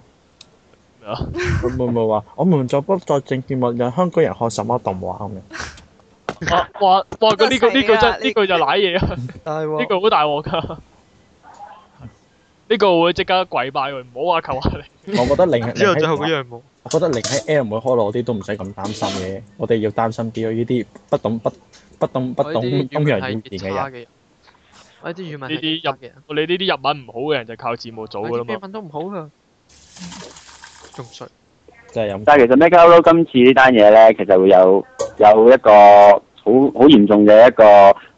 B: 咩啊
D: 佢會唔會話我們再不再整節目，讓香港人看什麼動畫咁樣？
B: 啊哇哇！佢呢句呢句
F: 真係死啊
B: 真呢句就賴嘢啊！
C: 但係
B: 呢
C: 喎，
B: 句好大鑊㗎。 呢個會即刻跪拜佢，唔好話求下你。
D: 我覺得零零
C: 之後最後
D: 希
C: 嗰樣冇。
D: 我覺得零喺 L 妹開落啲都唔使咁擔心嘅，我哋要擔心啲咯呢啲不懂不不懂不
C: 我呢
D: 懂
C: 啲
D: 東
C: 語
D: 洋語
C: 文係
D: 言
C: 極
D: 嘅
C: 差
D: 人，
C: 嘅人，我呢啲語文
B: 呢
C: 係
B: 啲
C: 極差嘅人。
B: 我哋呢啲日文唔好嘅人就靠字幕組噶啦
C: 我啲英
B: 嘛。
C: 文都唔好噶，仲衰。
D: 真係咁。
H: 但係其實 m e g a l o 今次呢單嘢咧，其實會有有一個好好嚴重嘅一個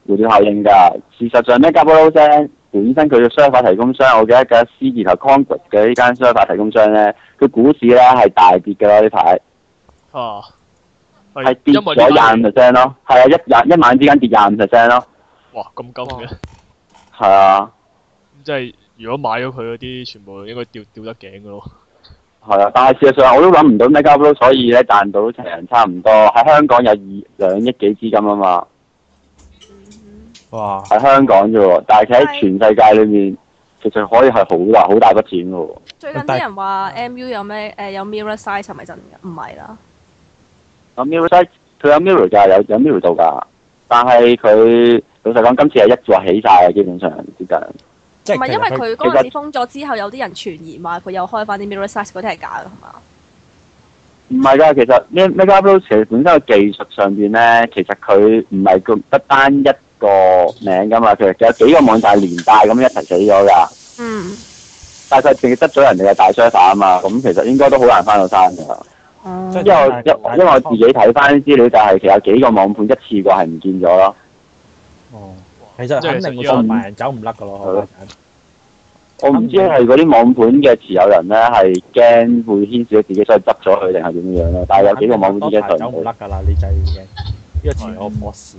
H: 蝴蝶效應㗎。事實上 m e g a l o 咧，胡醫生佢嘅 server 提供商，我記得嘅 C 字頭 Conquest 嘅呢間 server 提供商咧，佢股市咧係大跌㗎咯呢排，
B: 啊，
H: 係
B: 係
H: 跌
B: 因為呢單
H: 咗廿
B: 嘢
H: 五 percent 咯，係啊，一廿一晚之間跌廿五 percent 咯，
B: 哇咁金嘅，咁
H: 係啊。
B: 即係如果買咗佢嗰啲，全部應該吊吊得頸嘅咯。
H: 係啊，但係事實上我都諗唔到 m e g a b l o 所以咧賺到成差唔多喺香港有二兩億幾資金啊嘛，
D: 哇！
H: 喺香港啫喎，但係佢喺全世界裏面其實可以係好大好大筆錢嘅喎。
F: 最近啲人話 MU 有咩誒有 mirror size 係咪真㗎？唔係啦，
H: 咁 Mirror 佢有 Mirror 㗎，有有 Mirror 度㗎，但係佢老實講，今次係一鑊起晒嘅，基本上接近。
D: 即
F: 唔係
D: 係
F: 因為
D: 其實
F: 佢
H: 其
F: 嗰
H: 實
F: 陣時封咗之後，有啲人傳言話佢又開翻啲 mirror size 嗰啲係假㗎，係嘛？
H: 唔係㗎，其實 m e g a b l o 其實本身嘅技術上邊咧，其實佢唔係咁得單一個名㗎嘛，其實有幾個網站連帶咁一齊死咗㗎。
F: 嗯，
H: 但係佢淨係得咗人哋嘅大 server 啊嘛，咁其實應該都好難翻到山㗎。
F: 哦
D: 即係
H: 因為我因因為我自己睇翻資料，就係其實有幾個網盤一次過係唔見咗咯。
D: 哦，其實肯定會收埋人走唔甩噶咯，
H: 係咯
D: 我覺得
H: 我唔知係嗰啲網盤嘅持有人咧係驚會牽涉到自己，所以執咗佢定係點樣咯。但係有幾個網盤已經上
D: 走
H: 唔
D: 唔
H: 到
D: 甩。噶啦，呢仔已經呢個前我博士，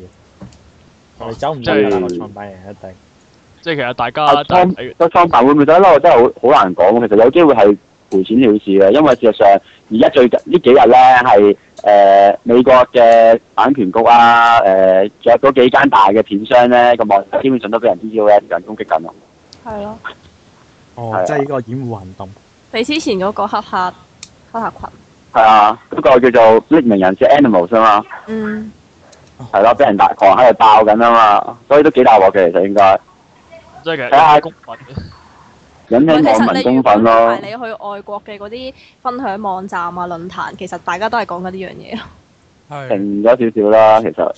D: 我哋走唔甩噶啦，個創辦人一定。
B: 即係其實大
H: 啊
B: 家都係
H: 倉
B: 睇
H: 個倉辦會唔會得咧？我真係好好難講。其實有機會係賠錢了事嘅，因為事實上而家最近呢幾日咧係誒美國嘅版權局啊，誒仲有嗰幾間大嘅片商咧個網站基本上都俾人 DDoS 人攻擊緊咯。
F: 係咯，
H: 係
D: 哦
H: 啊，
D: 即係呢個掩護行動。
F: 比之前嗰個黑客黑客群，
H: 係啊，嗰、個叫做匿名人士 Animals 啊嘛，
F: 嗯。
H: 係咯，俾人大狂喺度爆緊啊嘛，所以都幾大鑊嘅其實應該，
B: 即係其
H: 睇下
B: 實公民嘅
H: 引
F: 唔係其實你
H: 起網民公憤咯
F: 如果。你去外國嘅嗰啲分享網站啊、論壇，其實大家都係講緊呢樣嘢。
G: 係
H: 停咗少少啦，其實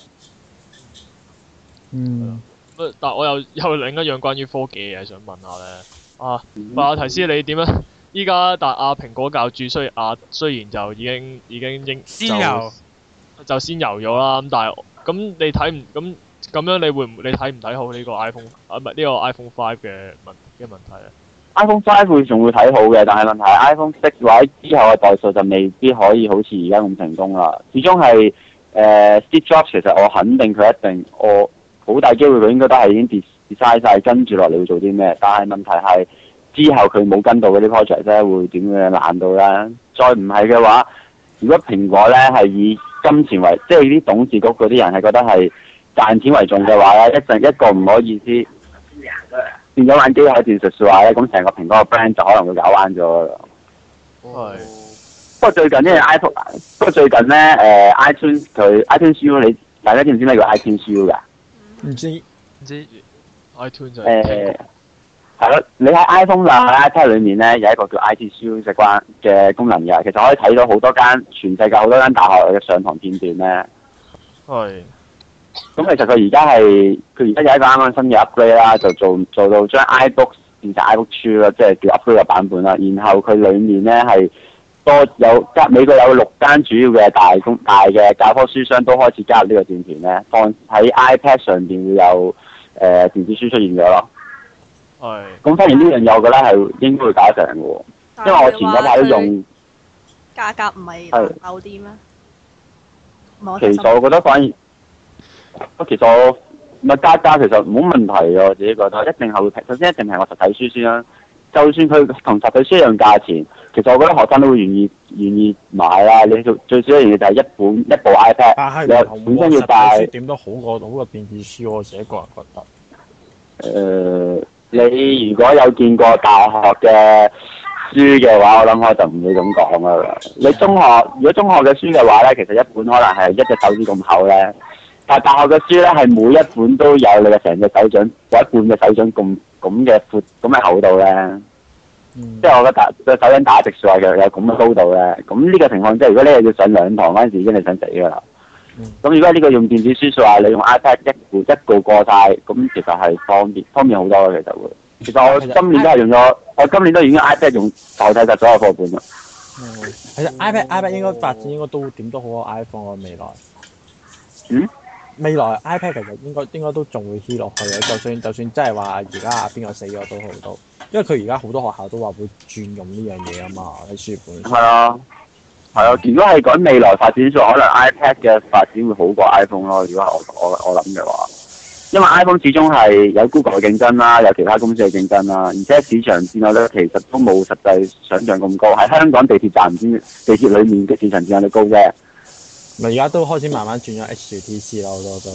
D: 嗯，
B: 咁 但我又有另一樣關於科技嘅嘢想問下咧。啊，
H: 嗯
B: 阿提斯你點樣？依家但阿蘋果教主雖阿雖然就已經已經應
G: 先
B: 就
G: 由
B: 就先遊咗啦。咁但係咁你睇唔咁咁樣你會唔你睇唔睇好呢個 iPhone 啊？唔係呢個 iPhone Five 嘅問嘅問題咧？
H: iPhone Five 會仲會睇好嘅，但係問題係 iPhone Six 或者之後嘅代數就未必可以好似而家咁成功啦。始終係誒、呃 Steve Jobs 其實我肯定佢一定我好大機會佢應該都係已經跌跌晒晒，跟住落嚟會做啲咩？但係問題係之後佢冇跟到嗰啲 project 咧，會點樣爛到咧？再唔係嘅話，如果蘋果咧係以金錢為，即係啲董事局嗰啲人係覺得係賺錢為重嘅話咧，一陣一個唔好意思。變咗玩機械戰術嘅話咧，咁成個蘋果嘅 brand 就可能會搞彎咗㗎啦。
B: 係
H: 不過最近因為 iPhone，不過最近咧誒、呃 iTunes 佢 iTunes U 你大家知唔知咩叫 iTunes U 㗎？
D: 唔知
C: 唔知
B: iTunes 就係聽
H: 誒係咯，你喺 iPhone 啦 iPad 裏面咧有一個叫 iTunes U 嘅關嘅功能㗎，其實可以睇到好多間全世界好多間大學嘅上堂片段咧。
B: 係
H: 咁其實佢而家係佢而家有一個啱啱新嘅 upgrade 啦，就做做到將 iBook 變成 iBook 2啦，即係叫 upgrade 嘅版本啦。然後佢裡面咧係多有加美國有六間主要嘅大公大嘅教科書商都開始加入呢個戰團咧，放喺 iPad 上邊會有誒、呃、電子書出現咗咯。
B: 係
H: 咁反而呢樣嘢我覺得係應該會搞成嘅喎，因為我前嗰排都用。
F: 但係佢話佢價格唔係有啲咩？唔係我
H: 其
F: 真心
H: 實我覺得反而，其實我咪加加其實冇問題啊嘅，我自己覺得一定係會平。首先一定係我實體書先啦，就算佢同實體書一樣價錢，其實我覺得學生都會願意願意買啦。你最最少一樣嘢就係一本一部 iPad，
D: 但係
H: 你
D: 同
H: 本
D: 我
H: 身
D: 實
H: 要帶
D: 體書點都好過好過電子書，我自己個人覺得。
H: 誒、呃你如果有見過大學嘅書嘅話，我諗我就唔會咁講啦。你中學如果中學嘅書嘅話咧，其實一本可能係一隻手指咁厚咧，但係大學嘅書咧係每一本都有你嘅成隻手掌或者半隻手掌咁咁嘅闊咁嘅厚度咧。
D: 嗯
H: 即係我覺得打個手印打直樹係有有咁嘅高度咧，咁呢個情況即係如果你係要上兩堂嗰陣時已經係想死㗎啦。
D: 嗯
H: 咁如果呢個用電子書數啊，你用 iPad 一步一步過晒，咁其實係方便方便好多嘅，其實會。其實我
D: 其實
H: 今年都係用咗，我今年都已經 iPad 用代替晒所有課本啦。
D: 嗯其實 iPad iPad 應該發展應該都點都好過 iPhone 喎未來。
H: 嗯？
D: 未來 iPad 其實應該應該都仲會 hit 落去嘅，就算就算真係話而家啊邊個死咗都好都，因為佢而家好多學校都話會轉用呢樣嘢啊嘛，喺書本上。
H: 係啊，係啊。如果係講未來發展上，可能 iPad 嘅發展會好過 iPhone 咯。如果係我我我諗嘅話，因為 iPhone 始終係有 Google 嘅競爭啦，有其他公司嘅競爭啦，而且市場佔有率其實都冇實際想像咁高，喺香港地鐵站先地鐵裡面嘅市場佔有率高啫。
D: 咪而家都開始慢慢轉咗 HTC 啦，好多都。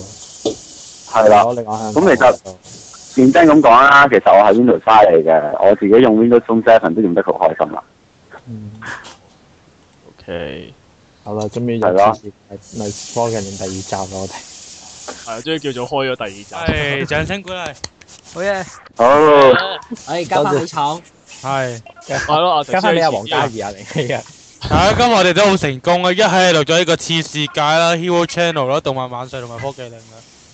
H: 係啦。
D: 你講香港
H: 咁其實認真咁講啦，其實我係 Windows 花嚟嘅，我自己用 Windows Phone 7都用得好開心啦。
D: 嗯，
B: OK，
D: 好啦，終於
H: 係咯
D: 又支持咪科技年第二集啦，我哋。
B: 係啊，終於叫做開咗第二集。
G: 係掌聲鼓勵，
C: 好嘢，
H: 好、
E: 唉，交翻俾廠，
G: 係。
B: 係咯，阿迪
D: 交翻俾阿
B: 先
D: 黃嘉怡啊，你啊，
G: 係今日我哋都好成功啊！一係錄咗呢個次世界啦，Hero Channel 啦，動漫晚上同埋科技令啦。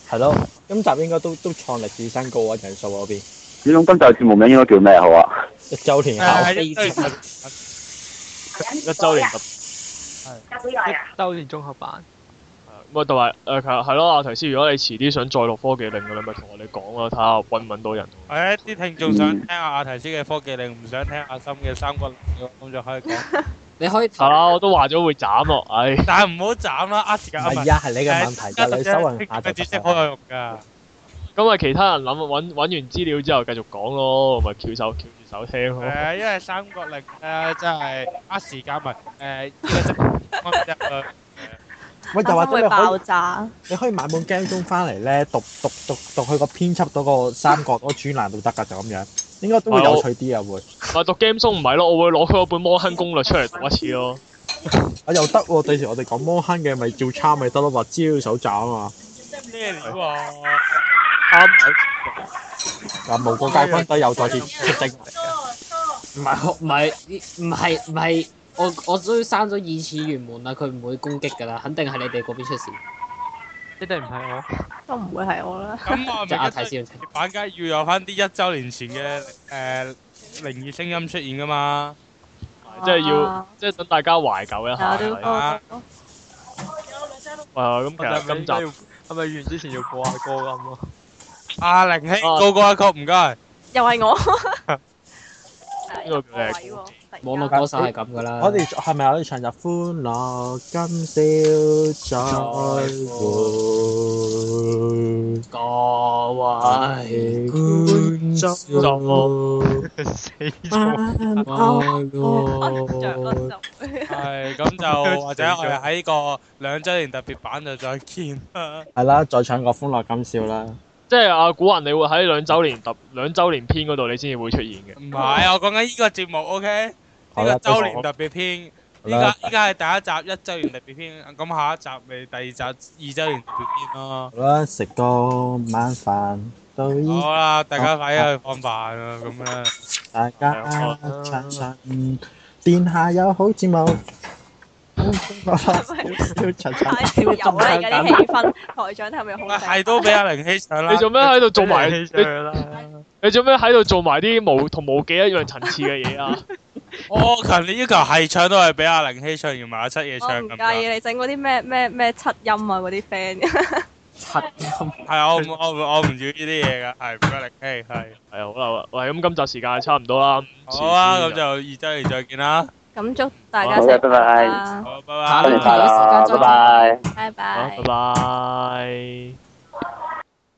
D: 係咯，今集應該都都創歷史新高啊，人數嗰邊
H: 呢種今集節目名應該叫咩好啊？
D: 一週年後。
G: 誒一
E: 非常
B: 一週年特
C: 一周年綜合版，
B: 咁啊，同埋誒係係咯，阿提斯，如果你遲啲想再錄科技令嘅，你咪同我哋講啦，睇下揾唔揾到人。
G: 係啲聽眾想聽阿阿提斯嘅科技令，唔想聽阿森嘅三個令，咁就可以講。
E: 你可以投
B: 係啦，我都話咗會斬咯，唉，
G: 但係唔好斬啦，呃時間
D: 唔
G: 啊
D: 係啊，係你嘅問題啫，你收人下就
G: 主
D: 得
G: 席
D: 㗎
G: 好
D: 啦
G: 有用㗎。
B: 咁啊，其他人諗揾揾完資料之後繼續講咯，咪翹手翹住手聽咯。
G: 誒，因為三角力咧真係呃時間咪誒呢個真係我唔得啦
D: 喂，
F: 阿
D: 又或者
F: 森會
D: 你可
F: 爆
D: 以
F: 炸。
D: 你可以買本 game 中翻嚟咧，讀讀 讀讀去個編輯嗰個三角嗰個專欄都得㗎，就咁樣，應該都會有趣啲啊 會。
B: 咪讀 game 中唔係咯，我會攞佢嗰本《摩亨攻略》出嚟讀一次咯。
D: 啊又得喎，第時我哋講摩坑嘅咪照抄咪得咯，話資料手集啊嘛。
G: 咩料啊？
B: 啱，
D: 啊無國界軍隊又再次出征嚟嘅，
E: 唔係唔係唔係唔係，我我都刪咗二次元門啦，佢唔會攻擊㗎啦，肯定係你哋嗰邊出事，
C: 一定唔係我。
F: 都唔會係我啦。
G: 咁我
E: 即係
G: 咪
E: 阿
G: 一
E: 泰
G: 堆
E: 斯用情。
G: 反梗係要有翻啲一週年前嘅誒靈異聲音出現噶嘛，
B: 即係要
F: 啊，
B: 即係等大家懷舊一下。
F: 有
B: 係
F: 啲
B: 啊
G: 啊
F: 歌。
B: 咁其實今集
C: 係咪係咪完之前要播下歌咁啊？
G: 阿玲希
B: 啊
G: 高高一曲唔該，
F: 又係我。
B: 呢個叫咩
F: 位喎
E: 網絡
F: 突然
E: 歌
F: 間
E: 手係咁㗎啦。
D: 我哋係咪我哋唱入歡樂今宵再會？
E: 各位
D: 觀眾，
C: 死咗！啊
F: 我着 嗰陣
G: 係咁就或者我哋喺呢個兩週年特別版就再見啦。
D: 係啦，再唱個歡樂今宵啦。
B: 即係阿古雲，你會喺兩週年特兩週年篇嗰度，你先至會出現嘅。
G: 唔係，我講緊呢個節目，OK？
D: 好
G: 呢
D: 啦
G: 個周年特別篇，
D: 好
G: 依
D: 啦
G: 家依家係第一集一周年特別篇，咁下一集咪第二集二周年特別篇咯。
D: 好啦，食個晚飯到依，
G: 好啦，大家快啲去放飯啦，咁樣。
D: 大家餐餐殿下有好節目，要擦擦
F: 太油啦，而家啲氣氛，台長睇係咪好
G: 喂，
F: 頂？
G: 係都俾阿玲希上啦。
B: 你做咩喺度做埋
C: 俾你
B: 你
C: 上啦！
B: 你做咩喺度做埋啲無同無記一樣層次嘅嘢啊？
G: 我強烈要求係唱都係俾阿玲希唱，而唔係阿七夜唱
F: 哦我唔
G: 咁
F: 介意
G: 樣。
F: 你整嗰啲咩咩咩七音啊嗰啲 friend，
G: 係啊我唔我唔我唔要呢啲嘢㗎，係唔該玲希係。
B: 係啊，好啦，喂，咁今集時間差唔多啦。咁
G: 好啊，
B: 遲
G: 咁
B: 啲
G: 就二周年再見啦。
F: 咁祝大家
H: 好
F: 新
H: 拜拜
F: 年
G: 好，拜拜。
E: 下
H: 新
E: 禮
H: 年
E: 拜
B: Ờ,
H: 快樂，拜拜。
F: 拜
B: 好
F: 拜
B: 拜。拜。